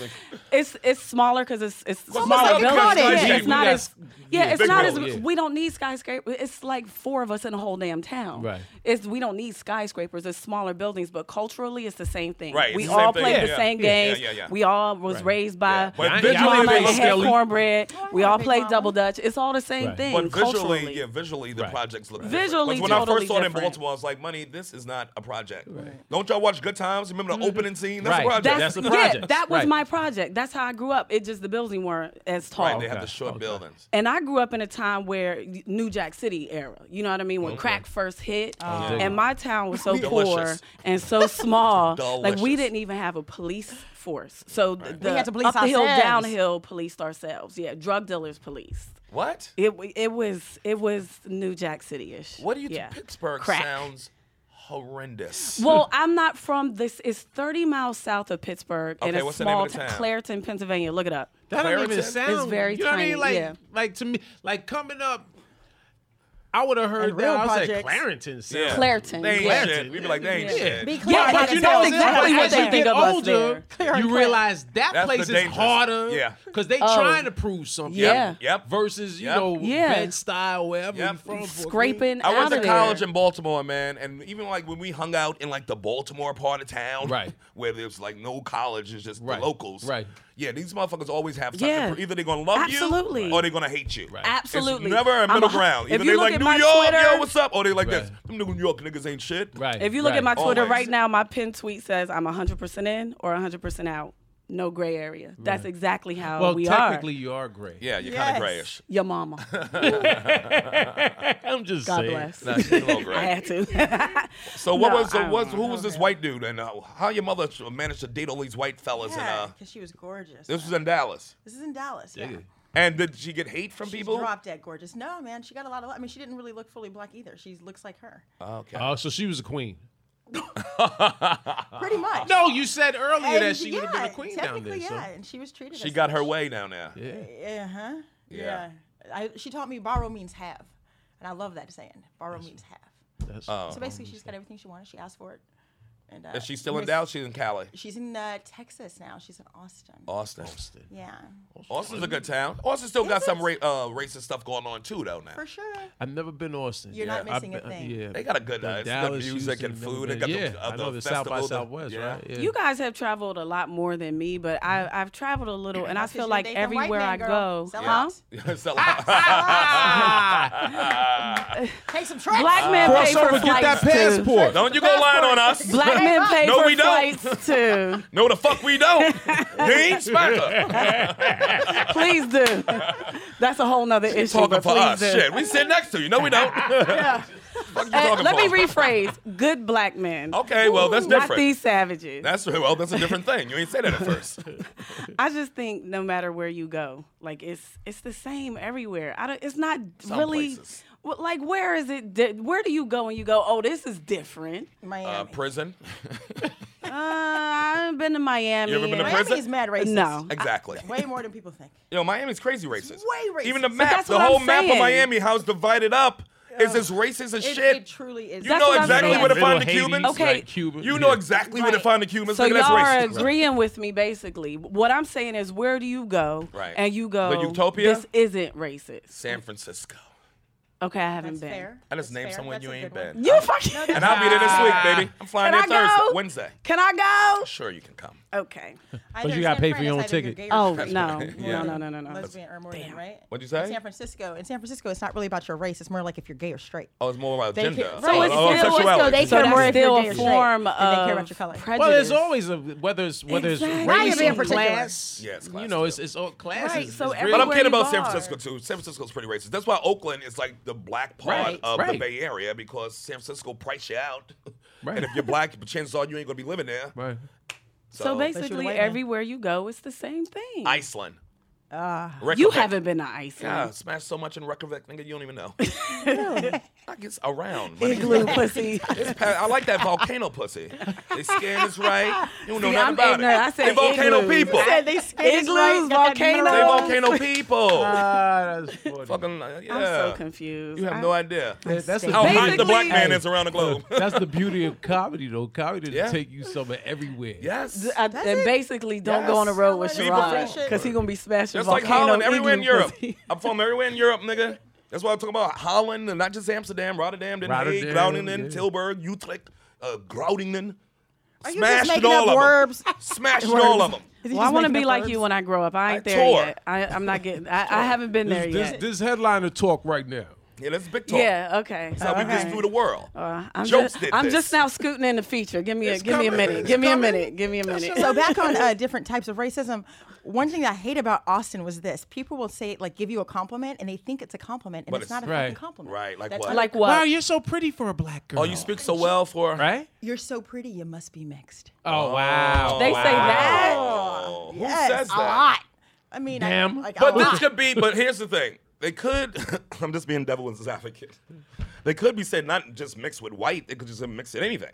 E: It's it's smaller because it's it's
D: almost
E: smaller
H: like a
E: village. Yeah, it's
H: cottage. Yeah,
F: we
E: not
F: got-
E: as yeah,
F: yeah,
E: it's
D: big
E: not
D: road,
E: as
F: yeah.
E: we don't need skyscrapers. It's like four of us in a whole damn town.
F: Right.
E: It's we don't need skyscrapers. It's smaller buildings, but culturally it's the same thing.
D: Right, it's
E: We
D: the same
E: all
D: thing.
E: played the
D: Yeah.
E: same
D: Yeah, yeah,
E: games.
D: yeah, yeah.
E: We all was raised by
D: But
F: Y'all-
E: Big
F: y'all
E: Mama
F: ain't
E: and
F: big
E: had
F: Skelly.
E: cornbread. We
H: yeah,
E: all
H: Big
E: played
H: Mama.
E: double dutch. It's all the same thing.
D: But visually,
E: culturally.
D: yeah, visually the
F: Right.
D: projects look
F: Right.
D: different.
E: Visually
D: Like, when I
E: totally
D: first saw it in
E: different.
D: Baltimore, I was like, money, this is not a project. Don't y'all watch Good Times? Remember the opening scene? That's
F: Right.
D: a project.
E: Mm-hmm. That's,
F: That's the
E: yeah,
F: project.
E: that was
F: Right.
E: my project. That's how I grew up. It just the building weren't as tall.
D: right. They have the short buildings.
E: And I grew up in a time where New Jack City era, you know what I mean, when crack first hit, and my town was so poor
D: Oh, Delicious.
E: and so small, like we
D: Delicious.
E: didn't even have a police force. So th- the
H: We had to police
E: up the hill,
H: ourselves.
E: downhill, policed ourselves. Yeah, drug dealers policed.
D: What?
E: It w- it was it was New Jack City ish.
D: What do you think?
E: yeah.
D: Pittsburgh
E: Crack.
D: sounds horrendous.
E: Well, I'm not from this. It's 30 miles south of Pittsburgh, and
D: Okay,
E: it's
D: what's the name
E: small
D: of the
E: town,
D: town?
E: Clareton, Pennsylvania. Look it up.
F: That don't even
D: Claritin?
F: sound.
E: It's very
F: you know
E: tiny,
F: What I mean? Like,
E: yeah.
F: like to me, like coming up, I would have heard
H: And
F: that.
H: real
F: I would say
H: projects.
F: Clarington sound.
D: Yeah.
E: Clariton,
D: They ain't
E: yeah.
D: shit. We'd be like, they ain't
E: Yeah.
D: shit.
H: Be clear.
E: Yeah,
H: about
E: but
F: But
E: That's
F: you
H: it.
F: know,
E: that's exactly
F: as
E: what
F: you
E: they think
F: get
E: of us
F: older,
H: there.
F: you realize that
D: That's
F: place
D: the
F: is
D: dangerous.
F: harder.
D: Yeah.
F: because they
E: Oh.
F: trying to prove something.
E: Yeah.
D: Yep.
F: Versus you
D: Yep.
F: know
E: Yeah.
F: bed style wherever
D: Yep.
F: you from.
E: Scraping
D: I
E: out
D: went to
E: of there.
D: college in Baltimore, man, and even like when we hung out in like the Baltimore part of town,
F: Right.
D: where there's like no college, it's just
F: Right.
D: the locals,
F: Right.
D: Yeah, these motherfuckers always have something.
E: Yeah.
D: for- Either they're gonna love
E: Absolutely.
D: you, or they're gonna hate you. Right.
E: Absolutely.
D: It's never a
E: I'm
D: middle
E: hu-
D: ground.
E: If
D: Either
E: you
D: they
E: look
D: like
E: at
D: New
E: my
D: York,
E: Twitter-
D: yo, what's up? Or they like this. Them
F: Right.
D: New York niggas ain't shit.
F: Right.
E: If you look at my Twitter
D: Always.
E: right now, my pinned tweet says I'm 100% in or 100% out. No gray area. That's exactly how
F: well,
E: we
F: technically
E: are.
F: you are great.
D: Yeah, you're
H: Yes.
D: kind of grayish.
E: Your mama.
F: I'm just
E: God
F: saying.
E: bless.
D: Nah, she's a little
E: I
D: gray.
E: had to.
D: So what
E: No,
D: was
E: I
D: the,
E: don't
D: was
E: know.
D: who was this white dude and uh, how your mother managed to date all these white fellas
H: Yeah,
D: and uh,
H: because she was gorgeous.
D: this was in Dallas.
H: This is in Dallas. Yeah.
D: And did she get hate from
H: She's
D: people?
H: drop dead gorgeous. No, man, she got a lot of. I mean, she didn't really look fully black either. She looks like her,
D: Okay.
F: Oh, so she was a queen.
H: pretty much.
F: No, you said earlier
H: And
F: that she would have been a
H: yeah,
F: queen down there.
H: technically,
F: so-
H: yeah, and she was treated.
D: She
H: as
D: got her
H: such.
D: way down there.
F: Yeah.
H: Yeah, huh?
D: Yeah.
H: Yeah. I, she taught me borrow means have, and I love that saying. Borrow means have.
F: That's-
D: Um,
H: so basically, she just got everything she wanted. She asked for it, and uh,
D: Is she still in
H: Miss-
D: Dallas? She's in Cali.
H: She's in uh, Texas now. She's in Austin.
D: Austin.
H: Yeah,
D: Austin's a good town. Austin still got
H: Is
D: some
H: it?
D: ra- uh, racist stuff going on too, though. Now
H: for sure.
F: I've never been to Austin.
H: You're not
F: I've
H: missing a
F: been-
H: thing.
F: Yeah.
D: they got a good,
F: The
D: uh, it's good
F: Dallas,
D: music
F: Houston,
D: and
F: never
D: food. They
F: been-
D: got
F: yeah,
D: the, uh,
F: I know
D: the
F: the South by
D: festival, the-
F: Southwest,
D: yeah.
F: right? Yeah.
E: You guys have traveled a lot more than me, but I,
F: Mm-hmm.
E: I've traveled a little, and I feel
H: you
E: like
H: date the white
E: everywhere
H: man,
E: I
H: girl.
E: go,
H: Sell
E: huh?
H: out.
D: It's a lot.
F: Ah.
H: Take some trips.
E: Black men pay
F: Crossover,
E: for
F: Ah. get that
E: flights too.
F: passport.
D: Don't you go lying on us.
E: Black men pay
D: No,
E: for
D: we don't.
E: flights too.
D: No, the fuck we don't. Dean Spacker.
E: Please do. That's a whole nother issue.
D: Talking
E: but
D: for
E: please
D: us.
E: do.
D: Shit, we sit next to you. No, we don't. Fuck you
E: Uh,
D: talking
E: let me
D: for?
E: rephrase. Good black men.
D: Okay, well, that's
E: Not
D: different.
E: these savages.
D: That's well, that's a different thing. You ain't say that at first.
E: I just think no matter where you go, like it's it's the same everywhere. I don't, it's not
D: Some
E: really
D: places.
E: well, like where is it? Di- where do you go and you go? Oh, this is different.
H: Miami.
D: Uh, prison.
E: Uh, I've been to Miami.
D: You ever been to
E: and-
D: prison?
H: Miami's mad racist.
E: No.
D: Exactly.
H: Way more than people think.
D: Yo, Miami's crazy racist.
H: way racist.
D: Even the
H: But
D: map,
E: that's
D: the
E: what I'm
D: whole map
E: saying.
D: of Miami, how it's divided up. is as racist as
H: It,
D: shit.
H: it truly is.
D: You know exactly where to find the Cubans.
E: Okay. like
D: You know exactly where to find the Cubans.
E: So
D: Look
E: y'all
D: at that's
E: are
D: racist.
E: agreeing with me basically. What I'm saying is, where do you go?
D: Right.
E: And you go.
D: The utopia?
E: This isn't racist.
D: San Francisco.
E: Okay, I haven't been.
D: I just named someone you ain't been.
E: You fucking.
D: Uh, And I'll be there this week, baby. I'm flying
E: Ah. Can
D: there
E: I
D: Thursday,
E: go?
D: Wednesday.
E: Can I go?
D: Sure, you can come.
E: Okay.
F: But you gotta pay for your own ticket.
E: Oh
D: That's
E: no.
D: right.
E: no,
D: Yeah.
E: no, no, no, no,
H: Lesbian or Mormon, right?
D: What'd you
H: In
D: say?
H: San Francisco. In San Francisco, it's not really about your race. It's more like if you're gay or straight.
D: Oh, it's more about
H: They
D: gender.
H: care-
D: Oh,
H: So
D: oh,
H: it's
D: oh,
H: still-
D: sexuality.
H: they
E: So
H: care more
E: that's
H: if you're
E: still
H: gay
E: a
H: or straight
E: form
H: than
E: of
H: they care about your color.
E: prejudice.
F: Well, there's always a whether it's whether
E: Exactly.
F: it's
E: Not
F: race
E: even in
F: or
H: particular.
F: class.
D: Yeah, it's class
F: You know, it's
D: too.
F: it's all classes.
E: Right, so
D: But I'm
E: Everywhere
D: kidding
E: you
D: about San
E: are.
D: Francisco too. San Francisco's pretty racist. That's why Oakland is like the black part
F: Right,
D: of the
F: right.
D: Bay Area because San Francisco price you out.
F: Right.
D: And if you're black, chances are you ain't gonna be living there.
F: Right.
D: So,
E: So
H: Especially
E: basically,
H: white men.
E: everywhere you go, it's the same thing.
D: Iceland. Reykjavik.
E: Ah, you haven't been to Iceland.
D: Yeah, smashed so much in Reykjavik, nigga, you don't even know. I guess around. my nigga.
E: Igloo pussy.
D: It's pa- I like that volcano pussy. They skin is right. You don't know
E: See,
D: nothing
E: I'm
D: about
E: ignorant. I
D: it.
E: said
D: they volcano
E: igloos.
D: people.
E: I said
D: They
H: they
E: Igloos, volcanoes.
D: volcano people.
F: Ah, that's funny.
D: Fucking uh, yeah.
E: Uh, I'm so confused.
D: You have
E: I-
D: no idea
F: That's the
D: how hot
E: Basically-
D: the black man is around the globe.
F: That's the beauty of comedy, though. Comedy to
D: Yeah.
F: take you somewhere everywhere.
D: yes.
E: I- and basically, don't go on the
D: Yes.
E: road with
D: Be
E: Sherrod
D: professional.
E: because he gonna be smashing
D: Just like
E: volcano
D: Holland, everywhere in
E: igloo
D: Europe.
E: pussy.
D: I'm from everywhere in Europe, nigga. That's why I'm talking about Holland, and not just Amsterdam, Rotterdam, Den Haag,
F: Rotterdam,
D: Groningen,
F: yeah.
D: Tilburg, Utrecht, uh, Groningen.
H: Are you just
D: Smashed
H: making
D: all
H: up
D: of
H: words?
D: them. Smashed all of them.
E: Well, I want to be like you when I grow up. I ain't there
D: tore.
E: yet. I, I'm not getting. I, I haven't been there
F: This, this,
E: yet.
F: this headliner talk right now.
D: Yeah, that's big talk.
E: Yeah. Okay.
D: That's how we
E: okay.
D: just through the world.
E: Uh, I'm
D: Jokes
E: just,
D: did
E: I'm
D: this.
E: just now scooting in the feature. Give me a
D: It's
E: give me a
D: coming.
E: minute.
D: It's
E: Give me a
D: coming.
E: minute. Give me a minute.
H: So back on uh, different types of racism, one thing that I hate about Austin was this: people will say like give you a compliment, and they think it's a compliment, and
D: But
H: it's,
D: it's-
H: not a
F: Right.
H: fucking compliment.
D: Right, like
H: That's
D: what?
H: not-
E: like what?
F: Wow, you're so pretty for a black girl.
D: Oh, you speak so well for
F: right?
H: You're so pretty, you must be mixed.
F: Oh, wow.
E: They say that.
D: Oh, who
H: Yes,
D: says that?
H: a lot. I mean, I-
F: Damn.
H: like, a
D: But
H: lot.
D: this could be. But here's the thing: they could. I'm just being devil's advocate. They could be said not just mixed with white. They could just mix it anything.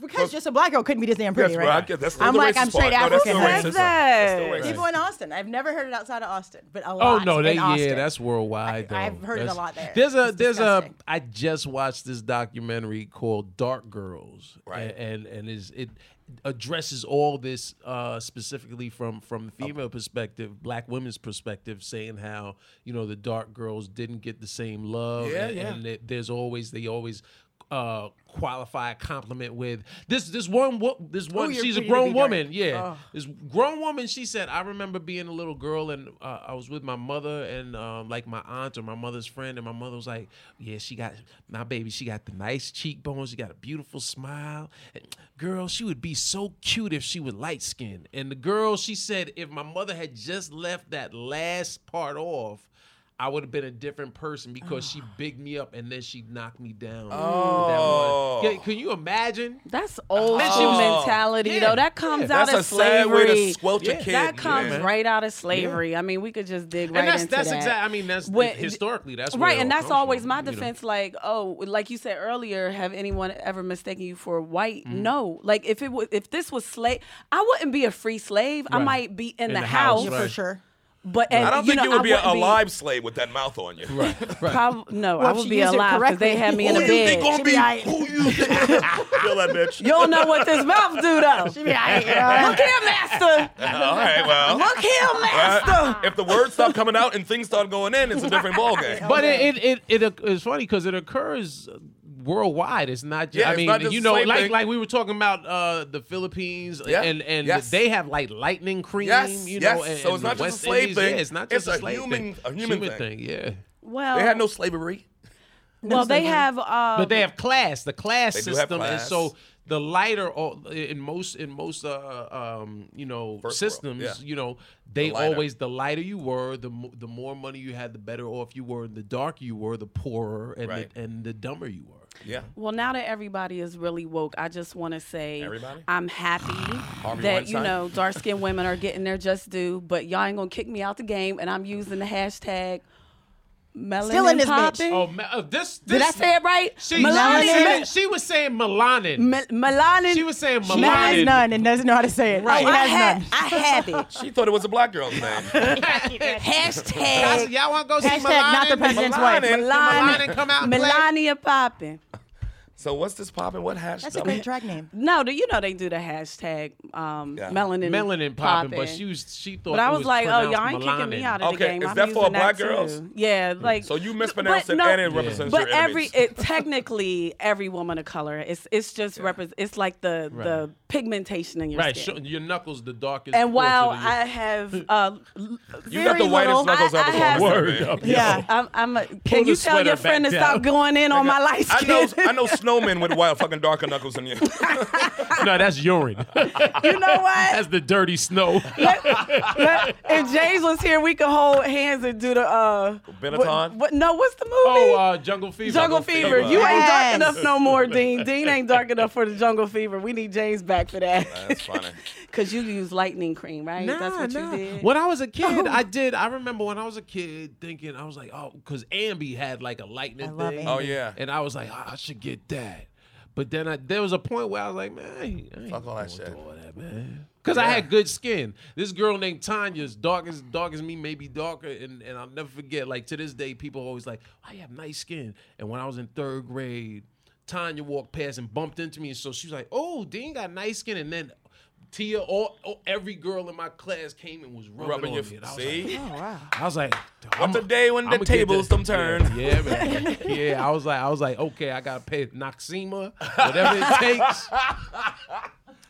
H: because just a black girl couldn't be this damn pretty,
D: Yes,
H: right?
D: well, I guess that's still
H: I'm
D: the
H: like,
D: racist
H: I'm straight
D: part. No, that's
H: African.
D: still
E: Who
D: racist.
E: says
D: That's still
E: that?
D: racist.
H: People in Austin. I've never heard it outside of Austin, but a
F: Oh
H: lot.
F: no, they
H: in
F: yeah,
H: Austin.
F: that's worldwide.
H: I- I've
F: though.
H: heard it a
F: That's-
H: lot there.
F: There's a
H: It's
F: there's
H: disgusting.
F: a I just watched this documentary called Dark Girls,
D: Right.
F: And and, and is it addresses all this uh, specifically from from the
H: Oh.
F: female perspective, black women's perspective, saying how you know the dark girls didn't get the same love.
D: Yeah,
F: and,
D: yeah.
F: and that there's always they always. Uh, qualify a compliment with this. This one, wo- this one.
H: Oh, you're
F: she's a
H: pretty to be
F: grown
H: dark.
F: woman. Yeah, this grown woman. She said, "I remember being a little girl, and uh, I was with my mother and um, like my aunt or my mother's friend, and my mother was like, yeah, she got my baby. She got the nice cheekbones. She got a beautiful smile. And girl, she would be so cute if she was light skinned And the girl, she said, if my mother had just left that last part off." I would have been a different person because she bigged me up and then she knocked me down. with that
D: Oh.
F: one. Can, can you imagine?
E: That's old
F: That's
E: school
F: just-
E: mentality,
F: Yeah,
E: though. That comes
F: yeah.
E: out
D: That's
E: of
D: a sad way
E: slavery.
D: to squelch a kid.
E: that comes
D: man.
E: right out of slavery. I mean, we could just dig right
F: and that's
E: into
F: that's
E: that.
F: exactly. I mean, that's
E: When-
F: historically that's where
E: right,
F: it
E: and
F: all
E: that's
F: comes
E: always
F: from,
E: my
F: you know.
E: defense. Like, oh, like you said earlier, have anyone ever mistaken you for white?
F: Mm-hmm.
E: No. Like, if it was, if this was slave, I wouldn't be a free slave. I
F: Right.
E: might be in,
F: In
E: the,
F: the
E: house,
F: house,
H: Yeah, for
F: Right.
H: sure.
E: but and,
D: I don't
E: you
D: think
E: know,
D: you would
E: I
D: be a,
E: wouldn't
D: live slave with that mouth on you. Right.
E: prob- no, I
H: if
E: would
H: she
E: be
H: used it
E: alive because they
H: correctly.
E: had me in
D: Who
E: a
D: you think
E: bed.
D: gonna be?
H: aight.
D: Who you? Feel that bitch.
E: You don't know what this mouth do though.
H: She be like, yeah.
E: Look here, master.
D: All right. Well.
E: Look here,
D: Uh,
E: master.
D: if the words stop coming out and things start going in, it's a different ballgame.
F: But it it it, it it's funny because it occurs worldwide. It's not just.
D: Yeah,
F: I
D: it's
F: mean,
D: not just
F: you
D: the
F: know,
D: same
F: like
D: thing.
F: like we were talking about uh, the Philippines
D: Yeah.
F: and and
D: Yes.
F: they have like lightning cream.
D: Yes,
F: you
D: yes.
F: know, and,
D: So it's
F: and
D: not just a
F: West
D: slave
F: Indies.
D: thing.
F: Yeah, it's not
D: It's
F: just
D: a
F: a slave
D: human-
F: thing.
D: a human thing.
F: thing. Yeah.
E: Well,
D: They had no slavery.
E: Well, they have. Uh,
F: But they have class. The class
D: They do have
F: system, and
D: class.
F: so the lighter all, in most in most uh, um, you know
D: First world,
F: systems,
D: yeah.
F: you know they
D: lighter.
F: always the lighter you were, the mo- the more money you had, the better off you were, and the darker you were, the poorer and
D: Right.
F: the, and the dumber you were.
D: Yeah.
E: well, now that everybody is really woke, I just want to say
D: Everybody?
E: I'm happy that you
D: Weinstein?
E: know dark skinned women are getting their just due. But y'all ain't gonna kick me out the game, and I'm using the hashtag Melanin
H: Still in this bitch.
E: popping?
F: Oh, ma- uh, this, this.
E: Did I say it right?
F: She,
E: Melanin-
F: she, said, she was saying Melanin.
E: Mel- Melanin. Oh,
F: she was saying
H: She has
F: Melanin.
H: none and doesn't know how to say it.
F: Right.
H: She
E: I,
H: has
E: ha-
H: none.
E: I have it.
D: She thought it was a black girl's name.
F: Y'all,
E: Hashtag
F: y'all want to go see
H: Hashtag
F: Melanin?
H: not the president's wife.
D: Melanin.
F: Melanin,
E: Melania,
F: come out and play?
E: Melania popping.
D: so what's this popping? What hash?
H: That's a great drag name.
E: No, do you know they do the hashtag um,
D: Yeah.
E: melanin
F: Melanin popping, but she was she thought.
E: But I
F: it
E: was, like, oh, y'all ain't
F: pronounced
E: kicking me
F: Melanin.
E: out of
D: Okay,
E: the game.
D: is
E: I'm
D: that for
E: using
D: black
E: too.
D: girls?
E: Yeah, like
D: So you mispronounced
E: but
D: it,
E: no,
D: and it represents
E: But
D: your
E: every
D: enemies.
E: it technically every woman of color, it's it's just repre- it's like the the pigmentation in your
F: Right,
E: skin.
F: sure, your knuckles the darkest.
E: And while
F: portion of your-
E: I have uh, l-
D: you got
E: very
D: the whitest
E: little,
D: knuckles
E: I, I
D: ever
E: have,
D: saw.
F: Word up, yo.
E: Yeah, I'm. I'm a,
F: Pull
E: can you
F: the
E: tell your
F: sweater
E: friend to
F: back
E: stop
F: down.
E: going in on my light
D: I know,
E: skin?
D: I know snowmen with wild fucking darker knuckles than you.
F: no, that's urine.
E: you know what?
F: that's the dirty snow.
E: Let- if James was here, we could hold hands and do the. Uh,
D: Benetton?
E: What, what, no, what's the movie?
F: oh, uh, jungle fever.
E: Jungle Fever. You ain't dark
H: Yes.
E: enough no more, Dean. Dean ain't dark enough for the Jungle Fever. We need James back for that.
D: That's funny.
E: Cause you use lightning cream, right? That's what you did. Oh.
F: When I was a kid, I did. I remember when I was a kid thinking, I was like, oh, because Ambi had like a lightning
H: I love
F: thing.
H: Ambi.
D: Oh, yeah.
F: And I was like, oh, I should get that. But then I, there was a point where I was like, man, I ain't, I ain't
D: Fuck all that
F: going
D: shit.
F: through all that, man. Because I had good skin. This girl named Tanya is dark as dark as me, maybe darker, and, and I'll never forget. Like to this day, people are always like, "Oh, you have nice skin. And when I was in third grade, Tanya walked past and bumped into me, and so she was like, "Oh, Dean got nice skin." And then Tia, all, all every girl in my class came and was rubbing,
D: Rubbing
F: on
D: your
F: me.
D: feet.
F: And I was like,
D: See?
F: I was like,
D: What's a day when the
F: I'ma get
D: tables
F: this-
D: don't turn?
F: Yeah, yeah, man. yeah, I was like, I was like, okay, I gotta pay Noxema, whatever it takes.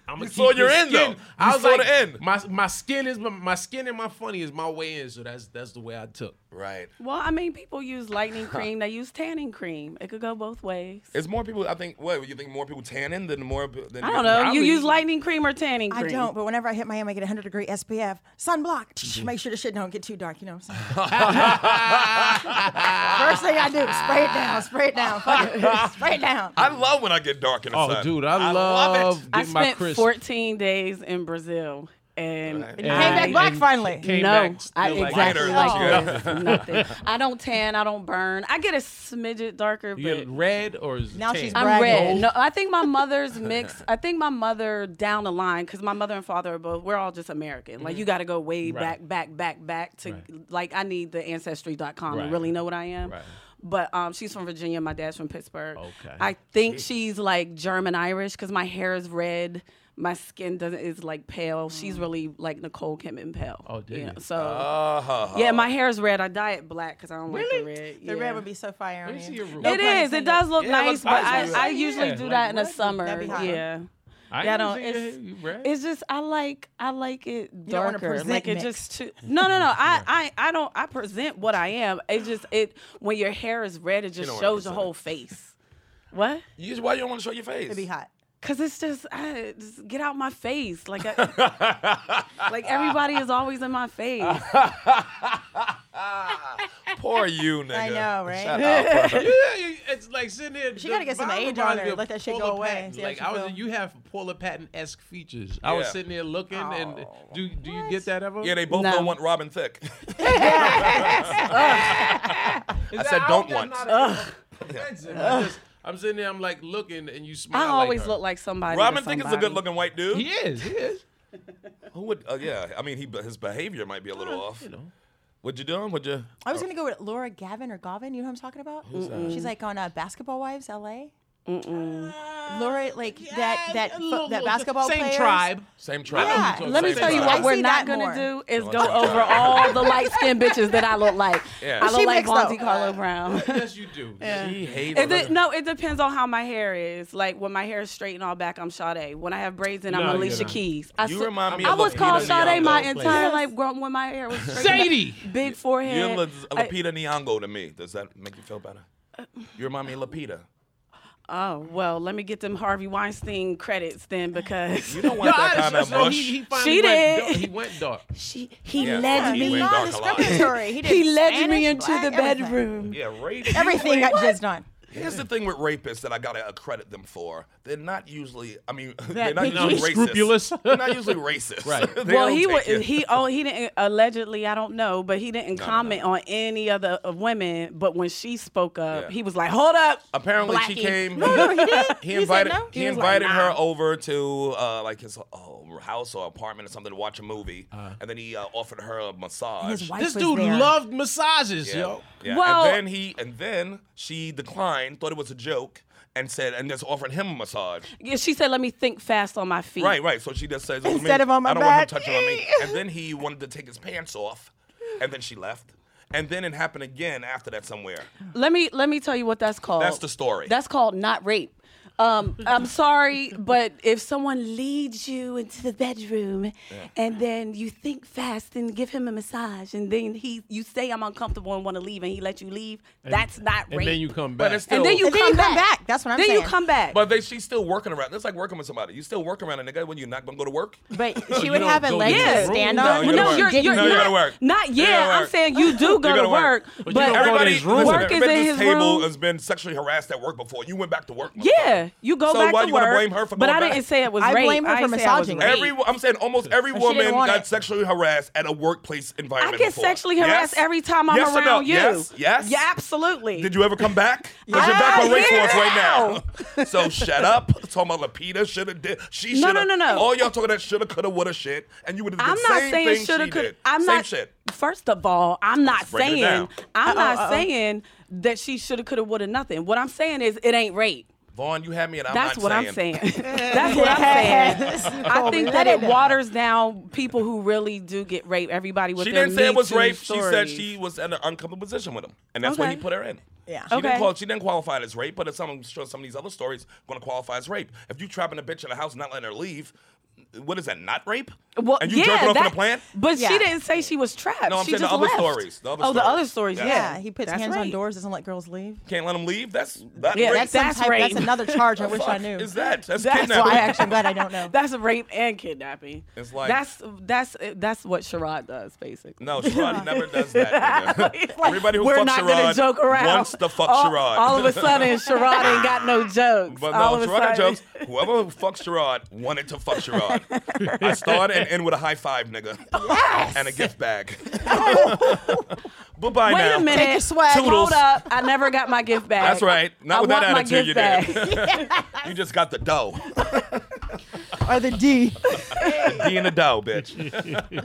F: I'm
D: You saw your end, though.
F: I
D: You
F: was
D: saw
F: like,
D: the end.
F: my my skin is my, my skin and my funny is my way in. So that's that's the way I took.
D: Right.
E: Well, I mean, people use lightning cream. They use tanning cream. It could go both ways.
D: It's more people. I think. What you think? More people tanning than more. Than
E: I don't know.
F: probably-
E: you use lightning cream or tanning
H: I
E: cream.
H: don't, but whenever I hit Miami, I get 100 degree SPF.
E: Mm-hmm.
H: Sunblock. Make sure the shit don't get too dark, you know what I'm saying? First thing I do, spray it down, spray it down, fuck it, spray it down.
D: I love when I get dark in the
F: Oh,
D: sun.
F: dude, I,
D: love
F: love,
D: it.
E: I
F: getting my
E: spent
F: crisp.
E: 14 days in Brazil, and
H: Came back black finally.
F: Came
E: no,
F: back still
E: I
F: like
E: exactly
D: Lighter.
E: like this. Nothing. I don't tan. I don't burn. I get a smidget darker,
F: You
E: but
F: get red or is it
H: Now
F: tan?
H: she's
E: I'm
H: Bragging.
E: red. No, I think my mother's mix. I think my mother down the line because my mother and father are both. We're all just American. Like
F: Mm-hmm.
E: you got to go way back, back, back, back to like I need the ancestry.com
F: Right.
E: to really know what I am.
F: Right.
E: But um, she's from Virginia. My dad's from Pittsburgh.
F: Okay.
E: I think she's like German Irish because my hair is red. My skin doesn't is like pale. She's really like Nicole Kidman pale.
F: Mm. Oh, did you?
E: So
D: Uh-huh.
E: yeah, my hair is red. I dye it black because I don't like the red.
H: The
E: yeah.
H: red would be so fire
F: Let
H: on
F: me see
H: you.
F: your root.
H: No
E: It
H: pun
E: is. It
H: intended.
E: does look
F: Yeah, it
E: nice,
F: looks
E: but
F: nice.
E: I, I
F: Yeah,
E: usually do
F: like
E: that in the
F: red.
E: summer.
H: That'd be hot.
E: Yeah.
F: I
E: Yeah, I
F: ain't
E: don't.
F: see your
E: It's,
F: hair. You red?
E: it's just I like I like it
H: don't wanna
E: darker. Like
H: present
E: it just too. No, no, no. I, I I don't. I present what I am. It just it when your hair is red, it just
D: don't wanna
E: shows
D: present
E: your
D: it.
E: whole face. What?
D: You just, why you don't want to show your face?
H: It'd be hot.
E: Cause it's just, I, just get out my face. Like I, like everybody is always in my face.
D: Poor you, nigga.
H: I know, right?
D: Shut up. brother.
F: Yeah, you- it's like sitting there.
H: She
F: the
H: gotta get some
F: vibe
H: age
F: reminds
H: on her,
F: me of
H: let that shit
F: Paula
H: go away,
F: Patton.
H: see how
F: Like
H: she
F: I was,
H: feel.
F: you have Paula Patton esque features. I was
D: Yeah.
F: sitting there looking, and
H: Oh.
F: do do you get that ever?
D: Yeah, they both
E: No.
D: don't want Robin Thicke.
F: Is
D: I
F: that-
D: said
F: hope
D: don't
F: that's
D: want.
F: not a- offensive. I just- I'm sitting there, I'm like looking, and you smile.
E: I always
F: like her.
E: look like somebody. to
D: Robin Thicke is a
E: somebody.
D: good-looking white dude.
F: He is. He is.
D: Who would? Uh, yeah, I mean, he but his behavior might be a little off.
F: You know.
D: What'd you do? What'd you?
H: I was gonna go with Laura Gavin or Gavin. You know who I'm talking about? She's like on uh, Basketball Wives LA. Mm-mm. Laura, like that that
F: A
H: fo-
F: little-
H: that
F: little-
H: basketball
F: same
H: players.
F: tribe.
D: Same trial.
H: Yeah,
F: talking
E: Let me
F: Same
E: tell you
H: vibe.
E: what
H: I
E: we're
H: see
E: not
H: that
E: gonna
H: more.
E: do is go
D: that's
E: over all the light skinned bitches that I look like.
D: Yeah.
E: I look
H: She
E: like
H: mixed, though.
E: Bonzi Carlo Brown.
F: Yes, you do.
D: She hates
E: Is it, no, it depends on how my hair is. Like when my hair is straight and all back, I'm Sade. When I have braids in,
F: No,
E: I'm
F: you're
E: Alicia
F: not.
E: Keys. I,
D: You
E: s-
D: remind me
E: I
D: of
E: was
D: Lupita
E: called Sade my
D: Nyong'o.
E: entire life growing when my hair was straight. and
F: Sadie.
E: back. Big forehead.
D: You're La-
E: I-
D: Lapita Nyong'o to me. Does that make you feel better? You remind me of Lapita.
E: oh well, let me get them Harvey Weinstein credits then because
D: You don't want that kind of
F: so
D: mush.
F: he, he finally
E: She
F: went,
E: did.
F: dark- He went dark.
E: she, he
D: Yeah,
E: led
D: he
E: me.
D: went dark a lot.
H: Non-discriminatory. He, did
E: He led
H: Spanish,
E: me into
H: black,
E: the
H: everything.
E: bedroom.
D: Yeah, right.
H: Everything got jizzed on.
D: Here's the thing with rapists that I gotta credit them for. They're not usually. I mean, they're
E: That
D: not
E: picky.
D: usually racist.
F: Scrupulous.
D: They're not usually racist.
F: Right.
D: They
E: well,
D: don't
E: he
D: take
E: wa-
D: it.
E: he oh he didn't allegedly I don't know, but he didn't
D: No, no,
E: comment on any other of women. But when she spoke up,
D: Yeah.
E: he was like, "Hold up!"
D: Apparently, she
E: Blackie.
D: came.
H: No, no, he did.
D: He,
H: said
D: invited
H: no.
D: he,
H: He was like,
D: invited her
H: nah.
D: over to uh, like his oh, house or apartment or something to watch a movie, and then he uh, offered her a massage.
H: His wife
F: This
H: was
F: dude
H: there.
F: loved massages,
D: Yeah.
F: yo.
D: Yeah.
E: Well-
D: and then he and then she declined, thought it was a joke, and said and just offered him a massage.
E: Yeah, She said, "Let me think fast on my feet."
D: Right, right. So she just says, "Oh,
H: Instead
D: "Man,
H: of on my
D: I don't want him
H: back."
D: touching on me. And then he wanted to take his pants off, and then she left. And then it happened again after that somewhere.
E: Let me let me tell you what that's called.
D: That's the story.
E: That's called not rape. Um, I'm sorry, but if someone leads you into the bedroom and then you think fast and give him a massage and then he you say I'm uncomfortable and want to leave and he let you leave, that's not rape.
F: And then you come back.
D: But it's still,
E: And then you
H: And then
E: come
H: you
E: back.
H: come back. That's what I'm
E: then
H: saying.
E: you come back.
D: But they, she's still working around. That's like working with somebody. You still working around a nigga when you're not gonna go to work.
H: But she
F: you
H: would
F: don't
H: have a
F: go
H: leg
F: to
E: the
H: to stand
D: room. No,
H: on.
D: you
E: Well, no,
D: gotta
E: you're,
D: work. No,
E: you're not,
D: you gotta work.
E: Not
D: You
E: yeah.
D: gotta
E: I'm
D: work.
E: saying you do go to
D: gotta work.
E: work,
F: But you
E: but
F: don't go to
D: Everybody
F: his room.
E: work
D: listen,
E: is
D: been
E: in
D: at
E: his
D: this table
E: room.
D: has been sexually harassed at work before. You went back to work.
E: yeah, you go
D: So
E: back
D: why
E: to
D: you
E: work.
D: gonna blame her for
E: but
D: going
E: I
D: back?
E: didn't say it was
H: I
E: rape.
H: blame her
E: I didn't
H: for
E: say I was
H: massaging
E: raped.
H: her.
D: Every, I'm saying almost every
H: she didn't
D: woman
H: want
D: got
H: it.
D: sexually harassed at a workplace
E: I
D: environment.
E: get
D: before.
E: sexually harassed
D: Yes?
E: every time I'm
D: Yes or
E: around
D: no?
E: you.
D: Yes, yes.
E: Yeah, absolutely.
D: Did you ever come back? Because you're back
E: I
D: on Race
E: hear
D: Wars
E: now.
D: right now. so shut up. Talking about Lapita should have did. She should
E: No,
D: have.
E: no, no, no.
D: All y'all talking that shoulda, coulda, woulda shit, and you would have done
E: I'm
D: the
E: not
D: same
E: saying
D: thing
E: shoulda
D: she
E: could.
D: did.
E: I'm
D: same
E: not.
D: shit.
E: First of all, I'm not
D: breaking it
E: saying.
D: down.
E: I'm not
H: Uh-oh, uh-oh.
E: saying that she shoulda, coulda, woulda, nothing. What I'm saying is it ain't rape.
D: Vaughn, you had me, and I'm
E: That's
D: not
E: what
D: saying.
E: I'm saying. That's what I'm saying. I think that it waters down people who really do get raped. Everybody with
D: She
E: their
D: didn't say it
E: Me
D: was
E: Too
D: rape. She said
E: stories.
D: she was in an uncomfortable position with him, and that's when he
E: Okay.
D: put her in.
H: Yeah.
D: She,
E: Okay.
D: didn't qual- she didn't qualify it as rape, but it's some, I'm sure some of these other stories going to qualify as rape. If you trapping a bitch in a house and not letting her leave, what is that? Not rape?
E: Well,
D: and you
E: yeah,
D: jerking off
E: that,
D: in a plant?
E: But she
H: Yeah.
E: didn't say she was trapped.
D: No, I'm
E: she
D: saying the
E: just
D: other
E: left.
D: stories, the other
E: oh, the
D: stories.
E: other stories. Yeah,
D: Yeah.
H: Yeah, he puts
E: That's
H: hands on
E: right.
H: doors, doesn't let girls leave.
D: Can't let them leave. That's that
E: Yeah,
D: rape.
E: that's-
H: some type-
E: rape.
H: That's another charge. I wish I
D: Fuck
H: knew.
D: Is that that's,
E: That's
H: That's why
D: kidnapping?
H: I actually glad I don't know.
E: That's rape and kidnapping.
D: It's like-
E: that's that's that's what Sherrod does basically.
D: No, Sherrod never does that. nigga.
E: Like,
D: Everybody who
E: we're
D: fucks
E: not
D: Sherrod
E: gonna joke around.
D: wants to fuck
E: all,
D: Sherrod.
E: All of a sudden, Sherrod ain't got no jokes.
D: But
E: all of
D: no,
E: a
D: Sherrod got
E: sudden-
D: jokes. Whoever fucks Sherrod wanted to fuck Sherrod. I start and end with a high five, nigga, and a gift bag. bye bye
E: Wait
D: now.
E: a minute.
H: Take your swag.
E: Hold
D: Toodles.
E: up. I never got my gift back.
D: That's right. Not
E: I
D: with that
E: want my
D: attitude, you
E: gift
D: did. You just got the dough,
H: Or the D.
D: being the dough, bitch.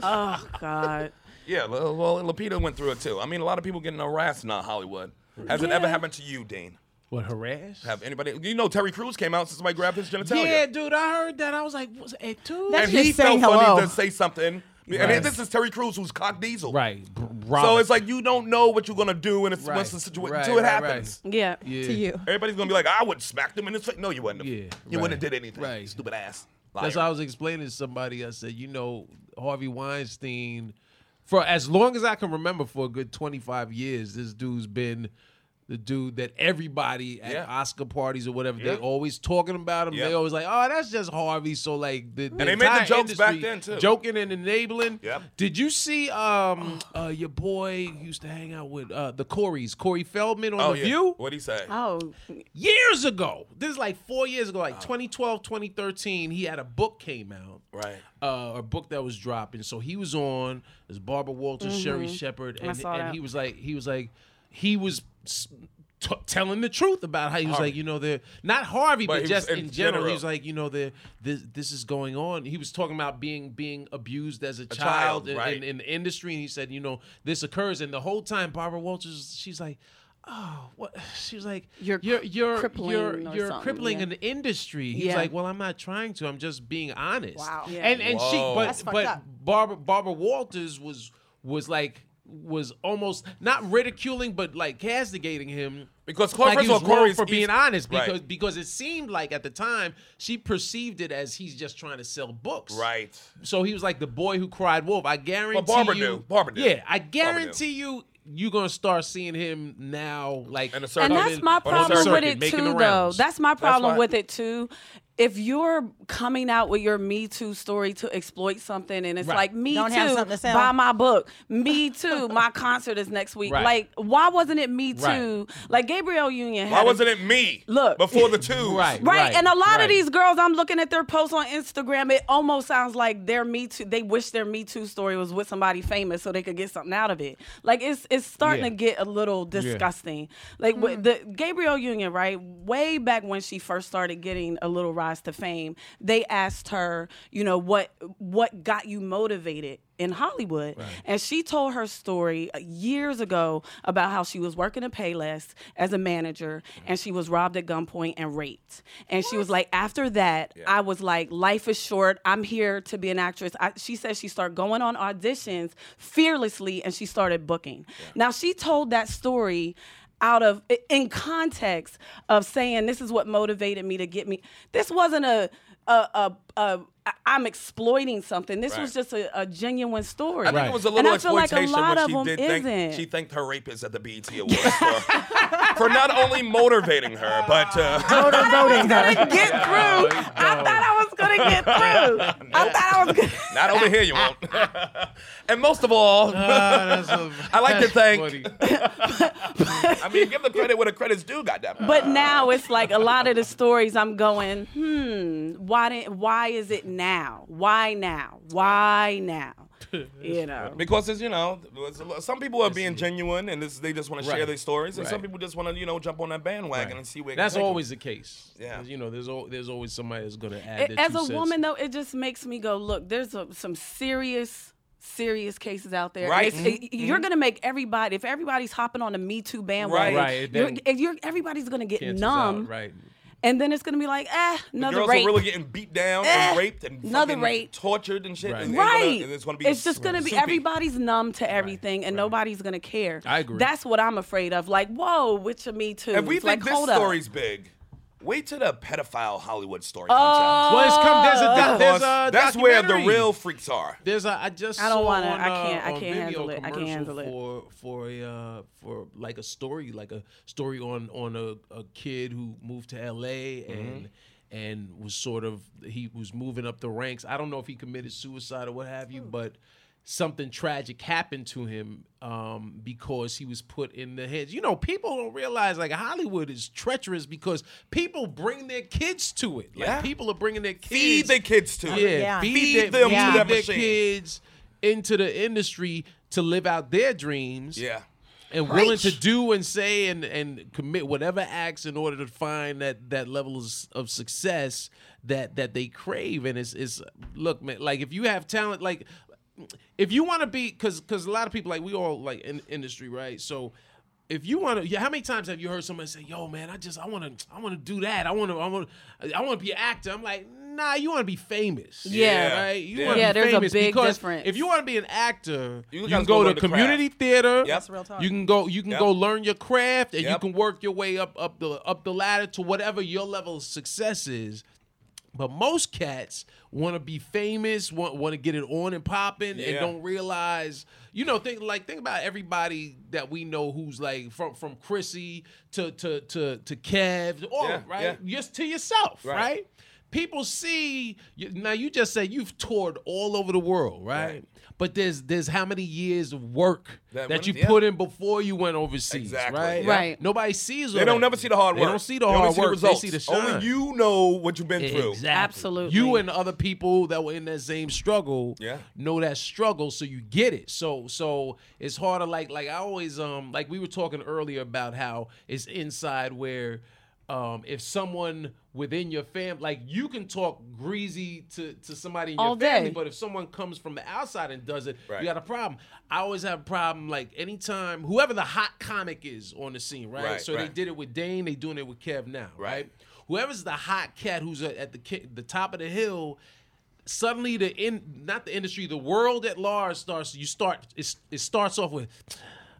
E: oh God.
D: Yeah, well, well, Lupita went through it too. I mean, a lot of people getting harassed now, Hollywood. Has it ever happened to you, Dean?
F: what harass?
D: Have anybody? You know, Terry Crews came out since somebody grabbed his genitalia.
F: Yeah, dude, I heard that. I was like, was it two?
H: That's
D: and
H: just
D: he felt
H: saying
D: funny
H: hello.
D: to say something.
F: Right.
D: And this is Terry Crews, who's cock diesel.
F: right. br-
D: So
F: Robin.
D: it's like you don't know what you're gonna do, and it's
F: Right,
D: what's the situation
F: right,
D: until it
F: right, right.
D: happens.
E: Yeah.
F: yeah.
H: to you.
D: Everybody's gonna be like, I would smack them in the face. No, you wouldn't. Have.
F: Yeah,
D: you
F: right,
D: wouldn't have did anything.
F: right.
D: Stupid ass.
F: That's
D: Liar.
F: what I was explaining to somebody. I said, you know, Harvey Weinstein, for as long as I can remember, for a good 25 years, this dude's been the dude that everybody at
D: Yeah.
F: Oscar parties or whatever,
D: Yeah.
F: they always talking about him.
D: Yeah.
F: They always like, oh, that's just Harvey. So, like, the,
D: And they made the
F: entire
D: jokes back
F: industry
D: then, too.
F: Joking and enabling.
D: Yep.
F: Did you see um uh, your boy who used to hang out with uh, the Coreys, Corey Feldman on
D: Oh,
F: The
D: yeah.
F: View?
D: What'd he say?
E: Oh.
F: years ago. This is like four years ago,
D: Oh.
F: like 2012, 2013. He had a book came out,
D: Right.
F: Uh, a book that was dropping. So he was on. There's Barbara Walters, Sherry Shepard, and,
E: Mm-hmm. saw
F: and
E: that.
F: he was like, he was like, he was. s- T- telling the truth about how he was
D: Harvey.
F: like, you know, they're not Harvey,
D: But
F: but,
D: he
F: just
D: was in
F: in, general,
D: general.
F: he was like, you know, the this this is going on. He was talking about being being abused as a,
D: child,
F: child, in-
D: right.
F: in, in the industry, and he said, you know, this occurs. And the whole time, Barbara Walters, she's like, oh, what? She was like,
E: You're
F: you're you're
E: crippling
F: you're,
E: or
F: you're
E: something,
F: crippling
E: yeah.
F: an industry. He's
E: Yeah.
F: like, well, I'm not trying to. I'm just being honest.
H: Wow.
E: Yeah.
F: And and she,
D: Whoa.
F: but
H: That's fucked
F: but
H: up.
F: Barbara Barbara Walters was was like was almost not ridiculing, but like castigating him.
D: Because Corey,
F: like
D: first
F: he was
D: of all, Corey's
F: wrong for being
D: he's-
F: honest because
D: Right.
F: because it seemed like at the time she perceived it as he's just trying to sell books.
D: Right.
F: So he was like the boy who cried wolf. I guarantee
D: Barbara
F: you.
D: knew. Barbara knew.
F: Yeah, I
D: Barbara knew.
F: guarantee you. You're gonna start seeing him now, like
D: In a
F: coming
D: circle.
E: And that's my
F: on a
E: problem
F: circuit,
E: with it
F: making
E: too,
F: the
E: though.
F: rounds.
E: That's my problem
D: why-
E: with it too. if you're coming out with your Me Too story to exploit something, and it's
H: Right.
E: like Me
H: Don't have
E: Too,
H: something to sell.
E: buy my book. Me Too, my concert is next week.
D: Right.
E: Like, why wasn't it Me Too?
D: Right.
E: Like Gabrielle Union.
D: Why
E: had a-
D: wasn't it me?
E: Look.
D: Before the two.
F: Right,
E: Right. and a lot of these girls, I'm looking at their posts on Instagram. It almost sounds like their Me Too. They wish their Me Too story was with somebody famous so they could get something out of it. Like it's it's starting
F: Yeah.
E: to get a little disgusting. Like with the Gabrielle Union, right? Way back when she first started getting a little rise to fame, they asked her, you know, what what got you motivated in Hollywood. And she told her story years ago about how she was working at Payless as a manager
D: Mm-hmm.
E: and she was robbed at gunpoint and raped. And she was like, after that, I was like, life is short. I'm here to be an actress. I, she said she started going on auditions fearlessly and she started booking. Now, she told that story out of in context of saying this is what motivated me to get me this wasn't a a a, a I'm exploiting something. This was
D: Right.
E: just a, a genuine story.
D: I think it was a
E: and
D: little
E: I feel like a
D: exploitation
E: lot
D: when
E: of
D: she
E: them
D: did
E: isn't.
D: thank, she thanked her rapist at the BET Awards for, for not only motivating her, but uh,
E: I was gonna get through. I thought I was gonna get through. I thought I was gonna.
D: not over here you won't. and most of all,
F: Ah,
D: I like to thank. I mean, give the credit where the credit's due. Goddamn.
E: But now it's like a lot of the stories I'm going, hmm, why didn't why is it now? Why now? Why now? You know.
D: Because it's you know, it's a lo- some people are being genuine and this, they just want to share
F: Right.
D: their stories, and some
F: Right.
D: people just want to you know jump on that bandwagon and see where. it can
F: That's
D: take 'em.
F: always the case.
D: Yeah.
F: You know, there's al- there's always somebody that's gonna add.
E: It-
F: their
E: as
F: two
E: a
F: cents.
E: woman though, it just makes me go, look, there's a, some serious serious cases out there.
D: Right.
E: It's-
F: Mm-hmm.
E: it- you're gonna make everybody if everybody's hopping on the Me Too bandwagon,
F: Right, it
E: you're,
F: then
E: you're- everybody's gonna get
F: cancels out,
E: numb,
F: right?
E: and then it's gonna be like, eh, another
D: Girls
E: rape.
D: are really getting beat down and raped and
E: another
D: fucking
E: rape.
D: tortured and shit.
F: Right.
D: and they're gonna-
E: Right.
D: and it's gonna be.
E: It's just going to be
D: soupy.
E: everybody's numb to everything and nobody's going to care.
F: I agree.
E: That's what I'm afraid of. Like, whoa, with your Me Too.
D: If we
E: It's
D: think
E: like,
D: this
E: hold up.
D: story's big, wait till the pedophile Hollywood story comes
E: Oh.
D: out.
F: Well, it's come. There's a, there's a
D: Because that's where the
F: documentary.
D: real freaks are.
F: There's a I just
E: I don't
F: saw
E: wanna-
F: on,
E: I
F: uh,
E: can't- I
F: on
E: can't
F: Vimeo
E: handle it. I can't
F: commercial
E: handle it.
F: for for a uh, for like a story like a story on on a, a kid who moved to L.A.
D: Mm-hmm.
F: and and was sort of he was moving up the ranks. I don't know if he committed suicide or what have
E: Hmm.
F: you, but something tragic happened to him um, because he was put in the hands. You know, people don't realize like Hollywood is treacherous because people bring their kids to it. Like
D: Yeah.
F: people are bringing their kids
D: Feed the kids to it.
F: yeah,
H: Yeah.
F: Feed,
D: Feed them
F: them
H: to
F: feed
D: that
F: their
D: machine.
F: kids into the industry to live out their dreams
D: Yeah.
F: and willing to do and say and, and commit whatever acts in order to find that that level of s- of success that that they crave and it's it's look man like if you have talent like if you want to be because because a lot of people like we all like in industry right so if you want to yeah, how many times have you heard somebody say yo man i just i want to i want to do that i want to i want i want to be an actor i'm like nah you want to be famous
E: Yeah.
F: right you
D: Yeah.
F: want to
E: Yeah,
F: be
E: there's a
F: famous
E: big
F: because
E: difference.
F: if you want to be an actor
D: You
F: you,
D: gotta
F: can
D: go
F: go,
D: learn
F: to
D: the craft.
F: community theater
D: Yep.
H: That's real talk.
F: you can go you can
D: Yep.
F: go learn your craft and
D: Yep.
F: you can work your way up up the up the ladder to whatever your level of success is but most cats want to be famous, want want to get it on and popping, and
D: Yeah.
F: don't realize, you know, think like think about everybody that we know who's like from from Chrissy to to to to Kev, all
D: Yeah,
F: right, just to yourself, right?
D: Right.
F: People see you- now. You just said you've toured all over the world, right?
D: Right.
F: But there's there's how many years of work that,
D: That
F: you
D: went- yeah.
F: put in before you went overseas,
D: Exactly,
F: right?
D: yeah.
E: Right.
F: Nobody sees.
D: They
F: all
D: don't
F: that.
D: never see the hard
F: They
D: work.
F: don't see the
D: They
F: hard
D: only
F: work.
D: See the results.
F: They see the shine.
D: Only you know what you've been through.
F: Exactly.
E: Absolutely.
F: You and other people that were in that same struggle
D: Yeah.
F: know that struggle, so you get it. So so it's harder like like I always um like we were talking earlier about how it's inside where um if someone within your family like you can talk greasy to, to somebody in your
E: All
F: family,
E: day.
F: but if someone comes from the outside and does it,
D: Right.
F: you got a problem. I always have a problem like anytime whoever the hot comic is on the scene, right?
D: Right,
F: so they
D: right.
F: did it with Dane, they doing it with Kev now, right?
D: Right.
F: Whoever's the hot cat who's at at the ki- the top of the hill, suddenly the in not the industry, the world at large starts. You start it, it starts off with.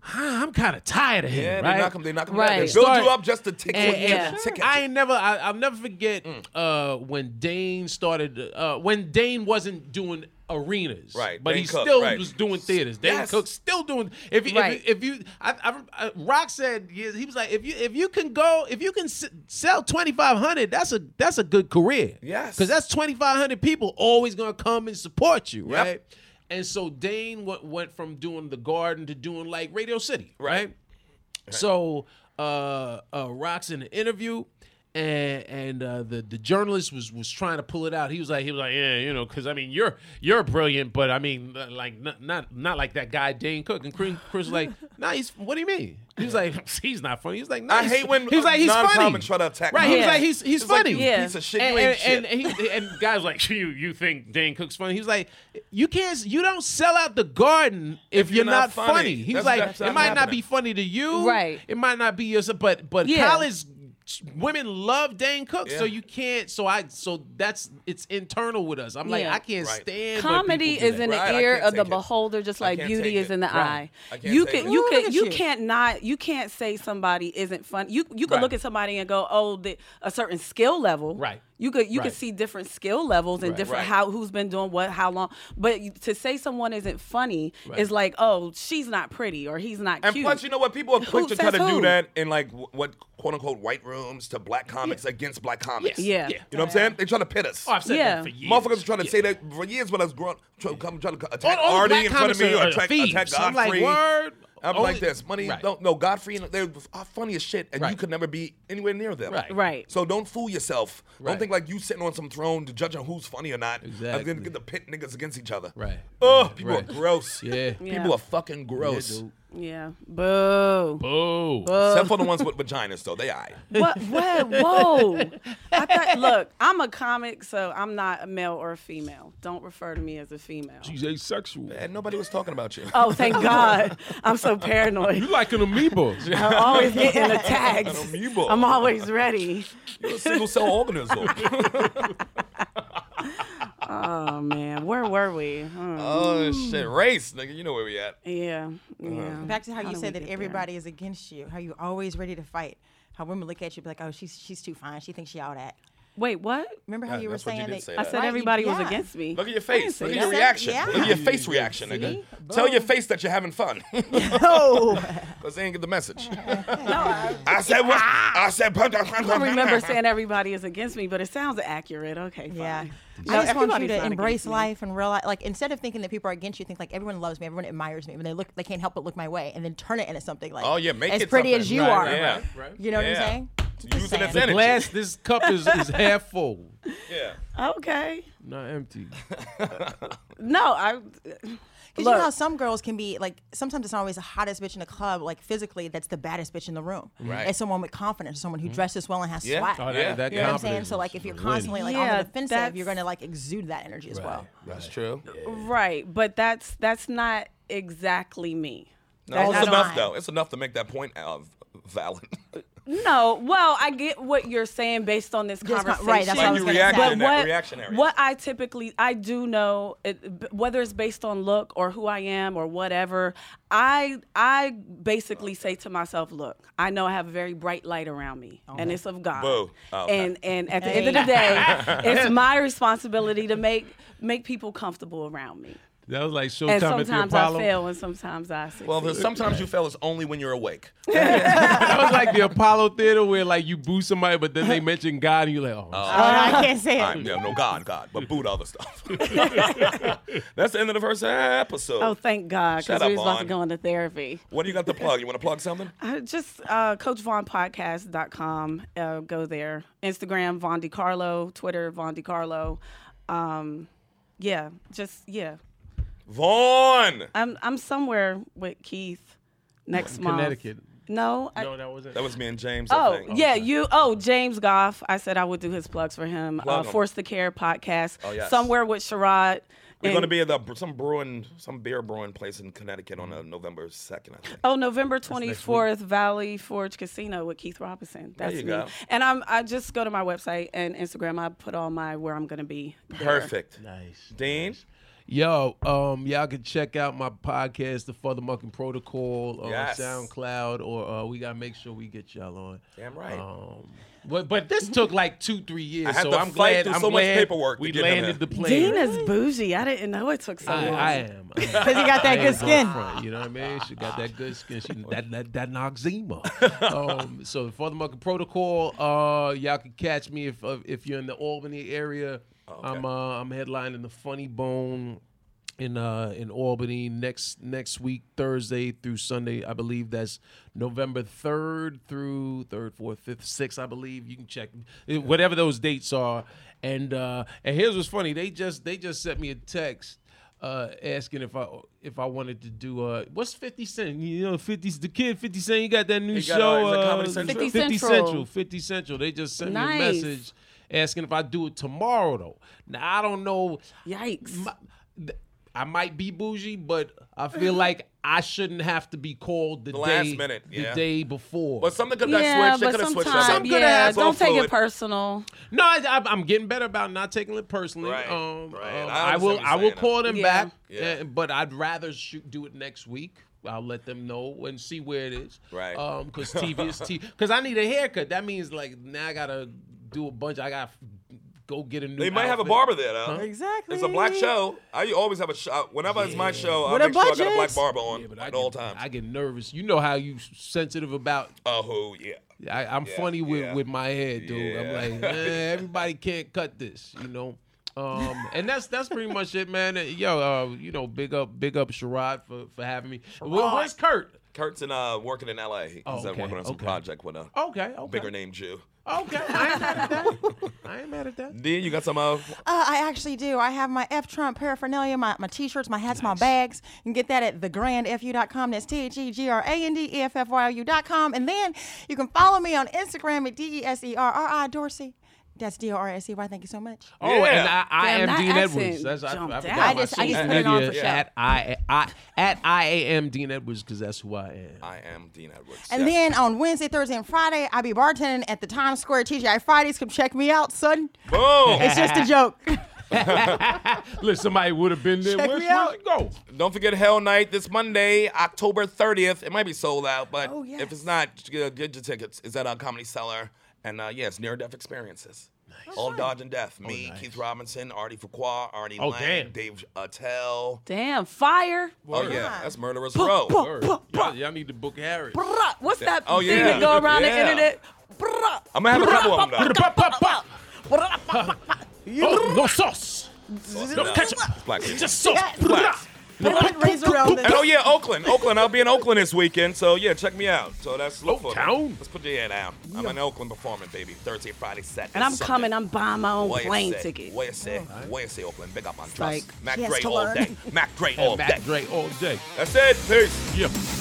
F: "Huh, I'm kind of tired of him.
D: Yeah, they
F: right?
D: knock 'em- they knock 'em down. They Right. build you up just to take
F: and,
D: what you
F: and
D: can take.
F: I ain't never. I, I'll never forget
D: Mm.
F: uh, when Dane started. Uh, when Dane wasn't doing arenas,
D: Right,
F: But
D: Dane
F: he
D: Cook,
F: still
D: right.
F: was doing theaters. Dane
D: Yes.
F: Cook still doing. If you-
D: Right.
F: if, if you, I, I, I, Rock said yeah, he was like, if you if you can go, if you can s- sell twenty five hundred, that's a that's a good career.
D: Yes.
F: because that's twenty five hundred people always gonna come and support you,
D: Yep.
F: right? And so Dane went, went from doing the Garden to doing like Radio City, right? So uh, uh, Rock's in an interview, and and uh, the the journalist was was trying to pull it out. He was like, he was like, yeah, you know, because I mean, you're you're brilliant, but I mean, uh, like not not, not like that guy Dane Cook. And Chris, Chris was like, nah, he's what do you mean? He was like, he's not funny. He's like, nah,
D: I
F: he's-
D: hate when
F: he was like, he's funny.
D: non-common try to attack
F: Right? He was
D: me.
F: like, he's he's
D: It's like,
F: funny.
D: you Yeah. piece of shit, you
F: And,
D: ain't
F: and,
D: shit.
F: and he and guys were like you you think Dane Cook's funny? He was like, you can't you don't sell out the Garden if, you're, not funny. He
D: That's-
F: was like,
D: that's
F: it
D: not
F: might not
D: happening.
F: be funny to you,
D: Right.
F: It might not be yours, but but
D: Yeah.
F: college women love Dane Cook, so
D: Yeah.
F: you can't. So I so that's it's internal with us. I'm like,
E: Yeah.
F: I can't stand when
E: Comedy
F: people do
E: is
F: that.
E: in the
F: Right, I
E: ear
F: can't
E: of the
F: take it.
E: beholder, just
F: I
E: like
F: can't
E: beauty
F: take
E: is
F: it.
E: in the
F: Right.
E: eye.
F: I can't
E: You
F: take
E: can,
F: it.
E: you
F: Ooh, look
E: can,
F: at
E: you
F: you.
E: can't not, you can't say somebody isn't funny. You you could
F: Right.
E: look at somebody and go, oh, the, a certain skill level.
F: Right.
E: You could you
F: Right.
E: could see different skill levels and
F: Right.
E: different
F: Right.
E: how who's been doing what how long. But you- to say someone isn't funny
D: Right.
E: is like, oh, she's not pretty or he's not
D: And
E: cute.
D: plus, you know what? People are quick
E: Who
D: to try to
E: says
D: do
E: who?
D: that in like w- what quote unquote white rooms to black comics against black comics.
E: Yeah. Yeah.
D: You know what I'm saying? They try to pit us.
E: Oh, I've said that Yeah. for years.
D: Motherfuckers trying to say that for years when I was growing try, come trying to attack
F: All- all
D: Artie
F: black
D: in front of
F: comics
D: me
F: are-
D: or
F: are
D: attack,
F: thieves.
D: attack
F: I'm like,
D: Godfrey.
F: word.
D: I'm
F: Only-
D: like this. Money
F: Right.
D: don't no Godfrey. and- They're f- funny as shit, and you could never be anywhere near them.
F: Right.
E: Right.
D: So don't fool yourself.
F: Right.
D: Don't think like you sitting on some throne to judge on who's funny or not. I'm
F: Exactly.
D: gonna get the pit niggas against each other.
F: Right.
D: Oh, people
F: Right.
D: are gross.
F: Yeah.
E: Yeah.
D: People are fucking gross.
E: yeah. Boo.
F: Boo.
D: Except for the ones with vaginas, though. They eye.
E: What? What? Whoa! I thought. Look, I'm a comic, so I'm not a male or a female. Don't refer to me as a female.
F: She's asexual.
D: And nobody was talking about you.
E: Oh, thank God! I'm so paranoid.
F: You like an amoeba.
E: I'm always getting attacked.
D: An amoeba.
E: I'm always ready.
D: You're a single cell organism.
E: Oh man, where were we? Hmm.
D: oh shit, race, nigga. You know where we at?
E: Yeah.
D: Uh,
E: Yeah.
H: Back to how, you
E: do
H: said
E: we
H: that
E: get there?
H: everybody is against you. How you always ready to fight. How women look at you be like, oh, she's she's too fine. She thinks she all that.
E: Wait, what?
H: Remember how
D: Yeah,
H: you were
D: that's what you
H: saying
D: did
H: that?
D: say
E: I said everybody was against me.
D: Look at your face. Look at
E: didn't
D: your
E: say
D: reaction.
H: Yeah.
D: Look at your face reaction, nigga. Tell your face that you're having fun.
H: No.
D: Cause they ain't get the message. I said what? I said.
E: I don't remember saying everybody is against me, but it sounds accurate. Okay, fine.
H: Yeah.
E: No,
H: I just want you
E: everybody's
H: to
E: not
H: embrace
E: against me.
H: life and realize, like, instead of thinking that people are against you, think like everyone loves me, everyone admires me, when they look, they can't help but look my way, and then turn it into something like,
D: Oh yeah, make
H: as
D: it
H: pretty
D: something.
H: as you
F: Right,
H: are.
F: right,
D: Yeah.
F: right, right.
H: You know what
D: Yeah.
H: I'm saying? Just
D: Using its
H: saying.
D: energy.
F: Glass. This cup is, is half full,
D: Yeah.
E: Okay.
F: not empty.
E: No, I.
H: Because you know how some girls can be like, sometimes it's not always the hottest bitch in the club, like physically, that's the baddest bitch in the room.
D: Right. Mm-hmm.
H: It's someone with confidence, someone who dresses well and has
D: Yeah.
H: swag.
D: Oh,
F: Oh, that,
D: Yeah.
F: that
D: You know
H: You know what I'm saying?
F: confidence
H: So
F: is-
H: like if
F: is
H: you're
F: winning.
H: constantly like on
E: Yeah,
H: the defensive, you're gonna like exude that energy as well.
D: That's true.
E: Right, but that's that's not exactly me.
D: No, it's
H: That's
D: enough
H: fine.
D: though. It's enough to make that point of valid.
E: No, well, I get what you're saying based on this
H: Just
E: conversation.
H: con- right, that's what I
D: Like
H: was
D: you
H: gonna
D: reacted
H: say.
E: but
D: in that
E: what,
D: reaction area.
E: what I typically I do know it, b- whether it's based on look or who I am or whatever I I basically say to myself look I know I have a very bright light around me
H: Oh,
E: and it's of God
D: Boo. Oh, okay.
E: and and at the end of the day it's my responsibility to make make people comfortable around me
F: That was like
E: and
F: Showtime at the
E: sometimes I
F: Apollo.
E: fail and sometimes I succeed
D: Well, there's- sometimes you fail is only when you're awake.
F: that was like the Apollo Theater where like you boo somebody, but then they mention God, and you're like, oh,
H: Oh, no, I can't say it.
D: All right, yeah, no God, God, but boot other stuff. That's the end of the first episode.
E: oh thank God
D: Shut
E: because we
D: up,
E: was about to
D: Vaughn.
E: go into therapy
D: What do you got to plug? You want to plug something?
E: I just uh, coachvaughnpodcast.com. Uh, go there. Instagram, Von DiCarlo. Twitter, Von DiCarlo. Um, yeah, just, yeah.
D: Vaughn.
E: I'm, I'm somewhere with Keith next month.
F: Connecticut.
E: No. I,
F: No, that wasn't.
D: That was me and James. I
E: Oh
D: think.
E: yeah, you. Oh James Goff. I said I would do his plugs for him.
D: Plug
E: uh,
D: him.
E: Force the Care podcast.
D: Oh, yes.
E: Somewhere with Sherrod.
D: We're
E: and-
D: gonna be at the, some brewing, some beer brewing place in Connecticut on uh, November second. I think.
E: Oh, November 24th, Valley Forge Casino with Keith Robinson. That's
D: you
E: me.
D: go.
E: And I'm I just go to my website and Instagram. I put all my where I'm going to be. there.
D: Perfect.
F: nice.
D: Dean.
F: Yo, um, y'all can check out my podcast, The Motherfucking Protocol, on
D: Yes.
F: SoundCloud, or uh, we gotta make sure we get y'all on.
D: Damn right.
F: Um, but but this took like two three years,
D: I had
F: so
D: to
F: I'm
D: fight
F: glad
D: through
F: I'm
D: so much
F: glad
D: paperwork to
F: We
D: get in
F: landed
D: there.
F: the plane.
E: Dean is bougie. I didn't know it took so
F: I,
E: long.
F: I am because
H: he got that good skin.
F: you know what I mean? She got that good skin. She that that, that noxema. Um, so the Father Mucker Protocol. Uh, y'all can catch me if uh, if you're in the Albany area.
D: Oh,
F: I'm uh, I'm headlining the Funny Bone in uh in Albany next next week Thursday through Sunday. I believe that's November third through third, fourth, fifth, sixth. I believe you can check eh, whatever those dates are. And uh and here's what's funny. They just they just sent me a text uh asking if I if I wanted to do uh what's 50 Cent? You know 50's the kid 50 Cent. You got that new
D: He got, uh,
F: show
D: is it Comedy Central? 50
F: 50 Central. 50
E: Central.
F: Central. They just sent me a
E: Nice.
F: message asking if I do it tomorrow though. Now I don't know.
E: Yikes.
F: My- th- I might be bougie, but I feel like I shouldn't have to be called the,
D: The last
F: day,
D: minute, yeah.
F: the day before.
D: But something could have
E: yeah,
D: switched. They
E: but
D: could have switched.
E: sometimes,
D: Something coulda
E: yeah,
D: had some
E: don't take
D: fluid.
E: it personal.
F: no, I, I, I'm getting better about not taking it personally.
D: Right,
F: um,
D: right.
F: um,
D: I
F: I,
D: understand
F: will.
D: what you're
F: I will
D: saying.
F: call them
E: Yeah.
F: back,
D: Yeah.
F: uh, but I'd rather shoot, do it next week. I'll let them know and see where it is. Um,
D: Right.
F: Because TV is TV. Because I need a haircut. That means like now I gotta do a bunch. I gotta f- go get a new.
D: They might have a
F: outfit.
D: barber there though.
H: Exactly.
D: It's a black show. I always have a show. Whenever it's my show, I
H: With a
D: make sure I got a
H: budget.
D: black barber on
F: Yeah, but I
D: at
F: get-
D: all times.
F: I get nervous. You know how you sensitive about
D: oh yeah.
F: I, I'm
D: Yeah,
F: funny with,
D: yeah.
F: with my head, dude. I'm like,
D: Yeah.
F: man, everybody can't cut this, you know. Um, and that's that's pretty much it, man. Uh, Yo, uh, you know, big up, big up, Sherrod for, for having me. Well, where's Kurt?
D: Kurt's in uh, working in LA. He's
F: Oh,
D: uh,
F: okay,
D: working on some
F: okay.
D: project with a
H: Oh,
F: Okay, okay,
D: bigger name Jew.
F: Okay, I ain't mad at that. I ain't mad at that.
D: Then you got some uh,
H: Uh, I actually do. I have my F Trump paraphernalia, my, my t shirts, my hats, my bags. You can get that at thegrandfu.com. That's T H E G R A N D E F F Y O U.com. And then you can follow me on Instagram at D E S E R R I Dorsey. That's D O R S E Y. Thank you so much.
F: Oh, and I, I
E: Damn,
F: am
E: that
F: Dean
E: accent
F: Edwards. That's I, I
E: jumped
F: forgot
E: out.
F: my
H: I just- I
F: social
H: just put it on
F: media
H: for show.
F: at I, I at I am Dean Edwards because that's who I am.
D: I am Dean Edwards.
H: And
D: Yes.
H: then on Wednesday, Thursday, and Friday, I'll be bartending at the Times Square TGI Fridays. Come check me out, son.
D: boom!
H: It's just a joke.
F: Look, somebody would have been there.
H: Check
F: Where's,
H: me
F: where's
H: out.
F: it go?
D: Don't forget Hell Night this Monday, October 30th. It might be sold out, but
H: Oh, yes.
D: if it's not, just get, get your tickets. It's at a comedy seller. And uh, yes, near death experiences. All Dodge and Death. Me, Keith Robinson, Artie Fuqua, Artie
F: Oh,
D: Lang,
F: damn.
D: Dave Attell.
E: Damn, fire.
D: Oh,
F: Word.
D: yeah. That's Murderers
E: Puh,
D: Row.
E: puh,
F: Word.
E: puh, puh.
F: Y'all, y'all need to book Harris.
E: Bruh, What's that
D: Oh,
E: thing
D: yeah.
E: that go around
D: Yeah.
E: the internet?
D: I'm going to have a couple of them, though.
F: Oh, no sauce. No
D: No,
F: ketchup.
D: it's black people.
F: Just sauce.
D: Relax.
H: Raise around
D: And oh
H: this.
D: yeah, Oakland, Oakland. I'll be in Oakland this weekend, so yeah, check me out. So that's look for me.
F: Oaktown?
D: Let's put the head down. I'm in Oakland performing, baby. Thursday, Friday, Saturday.
E: And I'm
D: Sunday.
E: coming. I'm buying my own
D: What you
E: plane
D: say?
E: ticket.
D: What you say? What you say, Oakland? Big up on trust.
E: like-
D: Mac
H: Yes,
D: Dre
H: to
D: all
H: learn.
D: day. Mac Dre all
F: Matt
D: day.
F: Dre all day.
D: That's it. Peace.
F: Yeah.